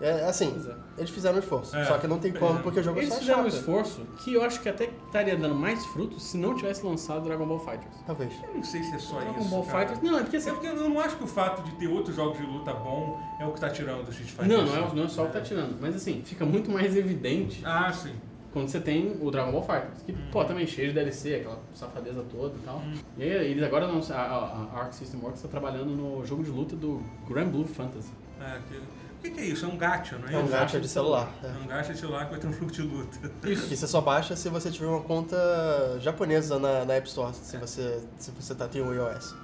É, assim, Pois é. eles fizeram um esforço. É. Só que não tem como, porque o jogo Eles só é fizeram um chato. esforço que eu acho que até estaria dando mais frutos se não tivesse lançado Dragon Ball Fighters. Talvez. Eu não sei se é só Dragon isso. Ball cara. Fighters. Não, é porque É assim. porque eu não acho que o fato de ter outros jogos de luta bom é o que tá tirando do Street Fighter. assim. Não, não é, não é só o que tá tirando. Mas assim, fica muito mais evidente Ah, sim. quando você tem o Dragon Ball Fighters, que, Hum. pô, também cheio de DLC, aquela safadeza toda e tal. E aí, eles agora não. A, a- a Arc System Works tá trabalhando no jogo de luta do Grand Blue Fantasy. É, que- O que, que é isso? É um gacha, não é? É um isso? gacha de celular. É É. um gacha de celular que vai ter um jogo de luta. Que você só baixa se você tiver uma conta japonesa na, na App Store, se você, se você tá, tem o iOS.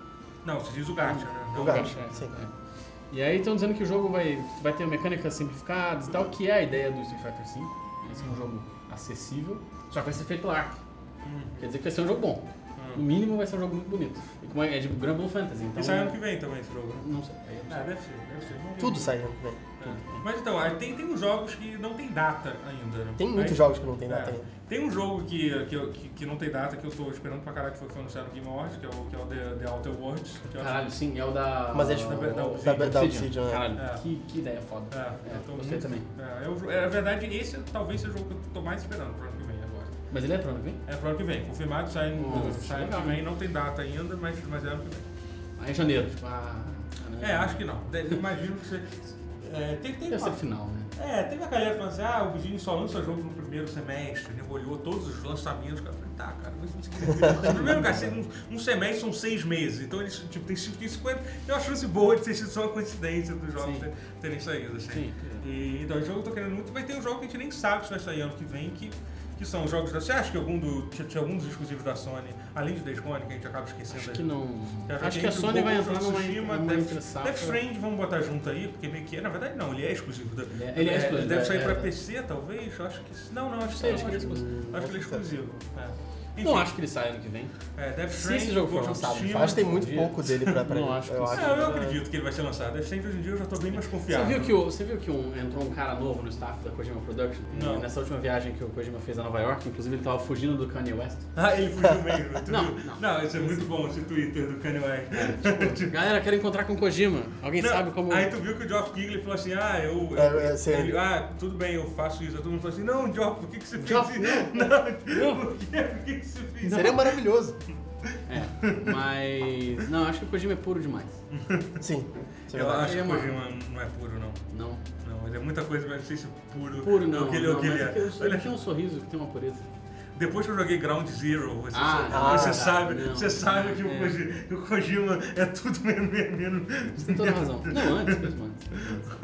Não, você diz o gacha, né? Não O o gacha. gacha. sim. É. E aí estão dizendo que o jogo vai, vai ter mecânicas simplificadas e tal, que é a ideia do Street Fighter V. Esse é um jogo acessível, só que vai ser feito pela Arc. Então, hum. Quer dizer que vai ser um jogo bom. No mínimo vai ser um jogo muito bonito. E como é, é de Grand Blue Fantasy, então. E sai ano é que vem também esse jogo, né? Não sei. Aí eu não sei. Ah, deve ser, deve ser. Vamos ver. Tudo sai ano que vem. É. Mas então, aí tem, tem uns jogos que não tem data ainda, né? Tem muitos Aí- jogos que não tem data É. ainda. Tem um jogo que, que, eu- que, que não tem data, que eu tô esperando pra caralho, que foi, foi anunciado no Game Awards, que é o, que é o The, The Outer Worlds. Que eu acho- Caralho, sim, é o da. Mas eles da- da, da- da, Obsidian. da, Obsidian, né? Caralho, É. que, que ideia foda. É, eu tô gostei muito- também. É, eu, é, na verdade, esse talvez seja o jogo que eu tô mais esperando pro ano que vem agora. Mas ele é eletrônico, hein? É pro ano que vem, confirmado, sai, no- Nossa, sai ano que é legal. vem, não tem data ainda, mas, mas é ano que vem. Aí em janeiro. Tipo, ah, É, acho que não. Deve- Imagino que você. É, tem, tem Deve ser uma- final, né? É, teve a galera falando assim, ah, o Virginia só lança jogo no primeiro semestre, ele olhou todos os lançamentos, cara. Eu falei, tá, cara, mas isso que No primeiro lugar, um, um semestre são seis meses, então eles, tipo, tem, cinco- tem 50, tem uma chance boa de ser só uma coincidência dos jogos Sim. ter- terem saído, assim. Sim. E, então, o jogo eu tô querendo muito, vai ter um jogo que a gente nem sabe se vai sair ano que vem, que, que são os jogos da... Você acha que algum, do, tinha, tinha algum dos exclusivos da Sony, além de Days Gone, que a gente acaba esquecendo? Acho aí? que não. Eu tem Acho que a entre o Sony vai Ghost entrar of numa, Tsushima, numa Death- entre-safra. Death Strand vamos botar junto aí, porque meio que. Na verdade, não, ele é exclusivo. da- é- ele é exclusivo, Deve é, sair pra é. PC, talvez? Eu Acho que. Não, não, acho que Sei, não. acho que Acho, ele é que- acho que ele é exclusivo. É. Não Enfim, acho que ele sai ano que vem. É, Death se Strand, esse jogo for Ghost of lançado, Tsushima- Eu acho que tem muito Hoje- pouco dele pra, pra Não, ele. acho que eu sim. acho. Não, eu acredito que ele vai ser lançado. Death Strand hoje em dia eu já tô bem mais Você confiado. viu que, o, você viu que um- entrou um cara novo no staff da Kojima Production? É, Não. Nessa última viagem que o Kojima fez a Nova York, inclusive ele tava fugindo do Kanye West. Ah, ele fugiu mesmo. tu Não, viu? não. É, isso é muito bom esse Twitter do Kanye West. Tipo, Galera, quero encontrar com o Kojima. Alguém Não, sabe como. Aí tu viu que o Geoff Keighley falou assim, ah, eu... eu- É, é, sim. ele, ah, tudo bem, eu faço isso. Aí todo mundo falou assim, não, Geoff, por que, que você Geoff, fez isso? Não, Não. Por, que, por que, que você fez isso? Seria maravilhoso. É, mas. Não, acho que o Kojima é puro demais. Sim. Eu acho que Ele é o uma- Kojima não é puro, não. Não. Não, ele é muita coisa, mas não sei se puro... Puro não. é o que ele, é não o que ele mas é. que eu sou- Olha, ele tem um sorriso que tem uma pureza. depois que eu joguei Ground Zero, você, Ah, sabe, ah, você tá, sabe, não. você sabe que, É. o Koji- que o Kojima, é tudo menos... menos- Você tem toda razão. Não, antes mesmo, antes.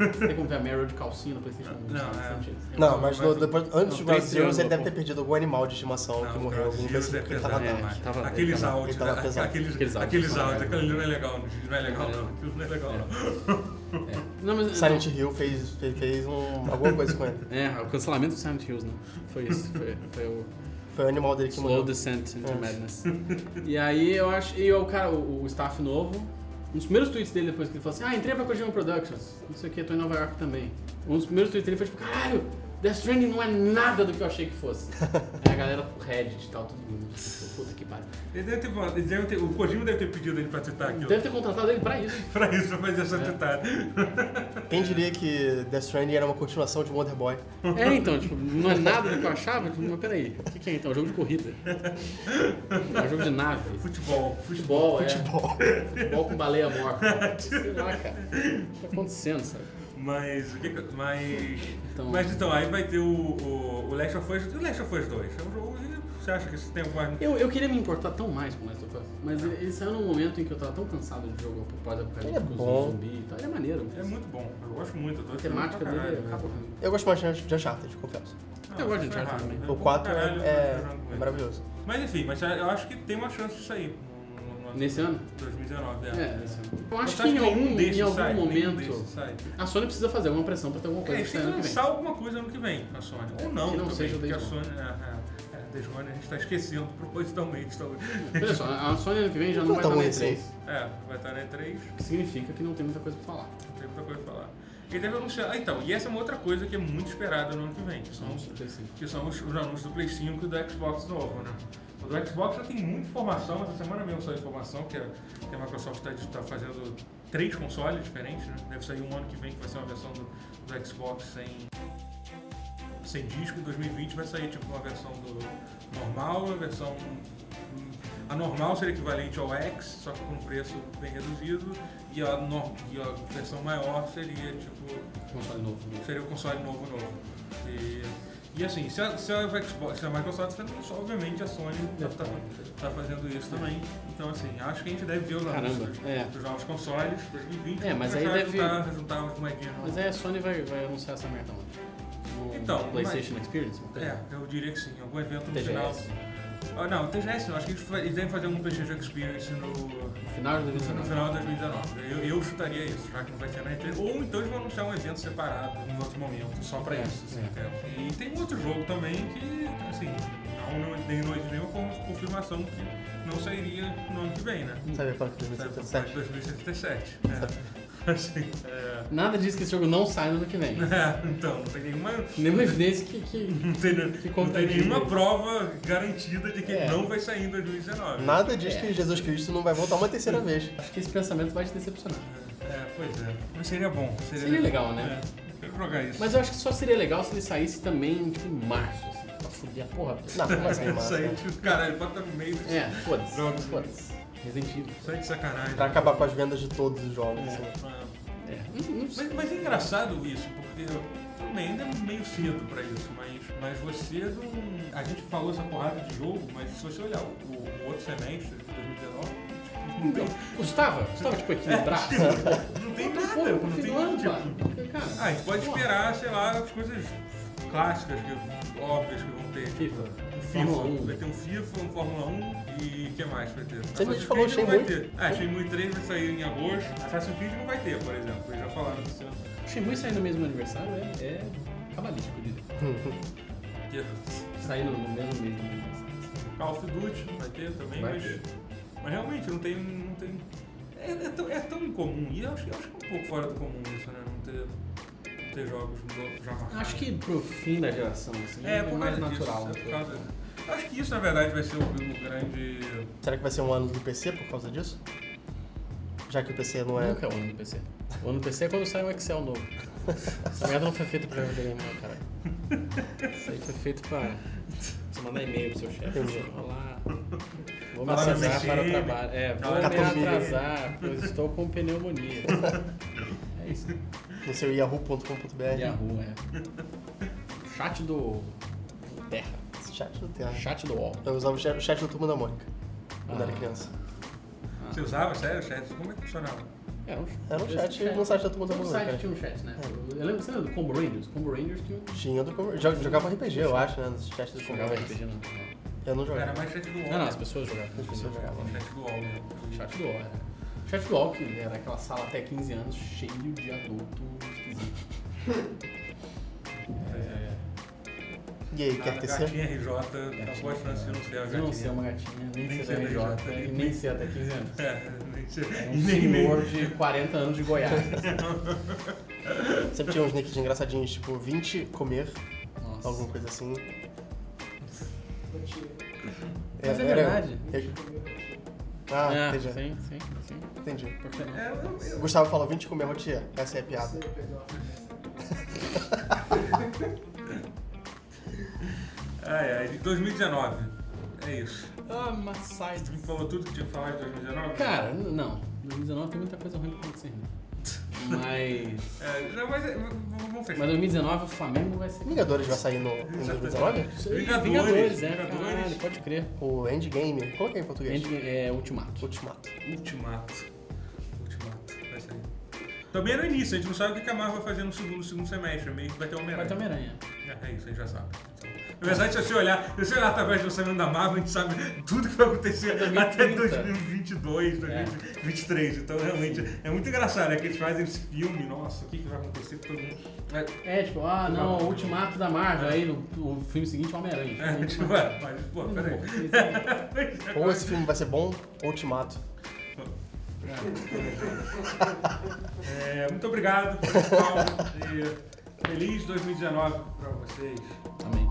antes. Tem como ver a Meryl de calcinha no PlayStation 1. Não, sabe? é. São títulos. Não, mas no- mas- depois, antes de Ground Não, tem Zeroes ele triângulo, deve ter pô. perdido algum animal de estimação que Não, morreu. Ground Algum Zeros é porque ele tava pesado. tarde. mas tava- Aqueles ele tava- áudios, ele tava a- pesado. aqueles, Aqueles áudios. aqueles áudios, aquilo não é legal, não é legal não, aquilo não é legal não. É. Não, mas, Silent Hill fez, fez, fez um, alguma coisa com ele. É, o cancelamento do Silent Hills, né? Foi isso. Foi, foi o Foi o animal dele que Slow morreu. Descent into É. Madness. E aí eu acho. E o cara, o, o staff novo, um dos primeiros tweets dele depois que ele falou assim: Ah, entrei pra Kojima Productions, não sei o que, tô em Nova York também. Um dos primeiros tweets dele foi tipo: Caralho, Death Stranding não é nada do que eu achei que fosse. aí a galera, o Reddit e tal, todo mundo. tipo, Puta que pariu. Ele deve ter, ele deve ter- o Kojima deve ter pedido ele pra citar aquilo. Deve É. ter contratado ele pra isso. Pra isso, pra fazer essa tentada. Quem diria que Death Stranding era uma continuação de Wonder Boy? É, então, tipo, não é nada do que eu achava, tipo, mas peraí, o que, que é então? É um jogo de corrida. É um jogo de nave. Futebol, futebol. Futebol, é. Futebol. Futebol com baleia morta. Sei lá, cara. O que tá acontecendo, sabe? Mas, o que que- mas, Então- mas então, aí vai ter o, o, o Last of Us e o Last of Us 2. É um jogo que você acha que isso tem alguma... Eu, eu queria me importar tão mais com Last of Us, mas ele, ele saiu num momento em que eu tava tão cansado de Ele jogo é pós-apocalíptico, bom. zumbi e tal. Ele é maneiro. É muito bom, eu gosto muito. Eu tô A temática pra caralho, dele né? acabou. Eu gosto mais de Uncharted, confesso. Não, Eu gosto de isso é Uncharted errado, também. né? O 4 Caralho, é, eu não é aguento. maravilhoso. Mas enfim, mas eu acho que tem uma chance de sair. no- no- no- Nesse ano? 2019, é. É, nesse ano. Eu acho Você que acha em algum, desses em algum sai? Nenhum desses momento sai? a Sony precisa fazer alguma pressão pra ter alguma É, coisa eles que têm saia que ano que vem. lançar alguma coisa ano que vem, a Sony. Ou não, que não também, seja o porque a Days Sony. É, é, é, Days Gone a gente tá esquecendo propositalmente. talvez. Olha só, a Sony ano que vem já Não não vai tá estar na ruim E3. assim. É, vai estar na E3, O que significa que não tem muita coisa pra falar. não tem muita coisa pra falar. E deve anunciar. Ah, então, e essa é uma outra coisa que é muito esperada no ano que vem, que são, os- Não sei Então, se- que são os, os anúncios do Play 5 e do Xbox novo, né? O do Xbox já tem muita informação, essa semana mesmo saiu informação que a, que a Microsoft está fazendo três consoles diferentes, né? Deve sair um ano que vem que vai ser uma versão do, do Xbox sem, sem disco, em 2020 vai sair tipo uma versão do normal, uma versão. A normal seria equivalente ao X, só que com um preço bem reduzido, e a, nor- e a versão maior seria tipo Console novo. né? seria o console novo novo. E, e assim, se a, se a Xbox, se a Microsoft está fazendo isso, obviamente a Sony deve estar fazendo isso também. Então assim, acho que a gente deve ver os Caramba, anúncios é. dos novos consoles 2020. É, mas pra aí já deve- juntar, juntar umas moedinhas. né? no- Mas é- aí a Sony vai, vai anunciar essa merda onde? No Então, PlayStation Experience? uma coisa? É, eu diria que sim, algum evento no final. TGS. Ah, não, TGS não, acho que eles fa- eles devem fazer algum PlayStation Experience no, No final de no 2019. final de 2019. Eu, eu chutaria isso, já que não vai ser na E3. Ou então eles vão anunciar um evento separado em outro momento, só pra É, isso. assim, é. entendeu? E tem um outro jogo também que, assim, não, não dei noite nenhuma com confirmação que não sairia no ano que vem, né? Cyberpunk Sabe, 2077. 2077. É. Assim, é. Nada diz que esse jogo não sai no ano que vem. Então, não tem nenhuma. Nenhuma evidência que, que Não tem, não Que tem contradiz, nenhuma né? prova garantida de que É. não vai sair em 2019. Nada diz que Jesus Cristo não vai voltar uma terceira vez. acho que esse pensamento vai te decepcionar. É, pois é. Mas seria bom. Seria, Seria legal, né? É. Eu quero jogar isso. Mas eu acho que só seria legal se ele saísse também tipo, em março, assim, pra fuder a porra. toda. Não, mas é Isso aí, massa. tipo, caralho, bota no meio. É, foda-se. Jogos. Foda-se. Resident Evil. Isso aí de sacanagem. Pra acabar com as vendas de todos os jogos. É. assim. É. É, não, não sei. Mas, mas é engraçado isso, porque tudo bem, ainda é meio cedo pra isso, mas, mas você não. A gente falou essa porrada de jogo, mas se você olhar o, o outro semestre de 2019, tipo, não tem, Gustavo, Gustavo, tipo, equilibrar. É. não tem nada. Pô, não no tem, final, tipo, cara. Ah, a gente pode Porra. esperar, sei lá, as coisas clássicas, que, óbvias que vão ter. FIFA. Um Fórmula FIFA, 1. vai ter um FIFA, um Fórmula 1 e o que mais vai ter? Você não Assassin's falou Creed não vai Shenmue? ter. Ah, Shenmue 3 vai sair em agosto. Assassin's Creed não vai ter, por exemplo. Eles já falaram disso. Shenmue sair no mesmo aniversário é, é cabalístico, diria. Que Sair no, no mesmo mês do aniversário. Call of Duty vai ter também, Vai mas, ter. mas realmente não tem... Não tem é, é tão, é tão incomum, e eu acho, eu acho que é um pouco fora do comum isso, né? Não ter, não ter jogos no- já marcados. Acho que pro fim da geração, assim, É, é, por mais causa natural. disso. é por causa- Acho que isso, na verdade, vai ser o, o grande... Será que vai ser um ano do PC por causa disso? Já que o PC não é. Nunca é o ano do PC. O ano do PC é quando sai um Excel novo. Essa merda não foi feita pra videogame, não, cara. Isso aí foi feito pra você mandar e-mail pro seu chefe. Entendi. Você falar. Vou me Falar na atrasar mexer, para o né? trabalho. É, vou Falar na me mexer. atrasar, pois estou com pneumonia. É isso. No seu yahoo.com.br. Yahoo, é. Chat do. Terra. Chat do Terra. Chat do UOL. Eu usava o chat, o chat do Turma da Mônica quando Ah. era criança. Você usava, sério, chat? Como é que funcionava? É, um Era um chat no site da Turma da Todo Mônica. site né? tinha um chat, né? Eu lembro, você lembra do Combo Rangers? Combo Rangers tinha um. Tinha do Combo- jo- Jogava RPG, eu acho, né? Nos chats do Jogava Combo. RPG não. Eu não Era jogava. mais chat do UOL. Não, não, né? as pessoas jogavam. As pessoas jogavam. Chat do UOL, né? Chat do UOL, né? Chat do UOL, que era aquela sala até 15 anos, cheio de adulto esquisito. É, E aí, A quer tecer? gatinha RJ, é. acabou a chance de não ser a mas eu não ser gatinha. uma gatinha, nem, Nem ser da ser da RJ, RJ, e nem- nem ser até 15 anos. É, nem ser. É E um nem, senhor nem. de 40 anos de Goiás. Sempre tinha uns nicks engraçadinhos, tipo 20 comer, Nossa. alguma coisa assim. Mas é era- verdade. Ah, é, entendi. sim, sim, sim. entendi. Por que não? É, eu- eu- Gustavo fala 20 comer rotier. Essa é a piada. Ai, ai, de 2019. É isso. Ah, Massai. Tu me falou tudo que tinha que falar de 2019? Cara, n- não. 2019 tem muita coisa ruim pra acontecer ainda. Mas. É, não, mas é, v- v- vamos Mas fechar. 2019 o Flamengo vai ser. Vingadores vai sair no, em 2019? Vingadores, é. Vingadores. Caralho, pode crer. O Endgame. Coloquei em português. Endgame é Ultimato. Ultimato. Ultimato. Ultimato. Vai sair. Também é no início, a gente não sabe o que que a Marvel vai fazer no segundo, no segundo semestre. Meio que vai ter o Vai Homem-Aranha. ter Homem-Aranha. É, é isso, a gente já sabe. Na verdade, se você olhar, se você olhar através do orçamento da Marvel, a gente sabe tudo que vai acontecer até 2030. 2022, 2023. Então, realmente, é muito engraçado, né? Que eles fazem esse filme, nossa, o que, que vai acontecer com todo mundo. É, É, tipo, ah, não, Ultimato da Marvel. Aí no, o filme seguinte, Homem-Aranha. é, tipo, ué, mas, pô, peraí. Ou esse filme vai ser bom, ou Ultimato. É, muito obrigado, pessoal. e feliz 2019 pra vocês. Amém.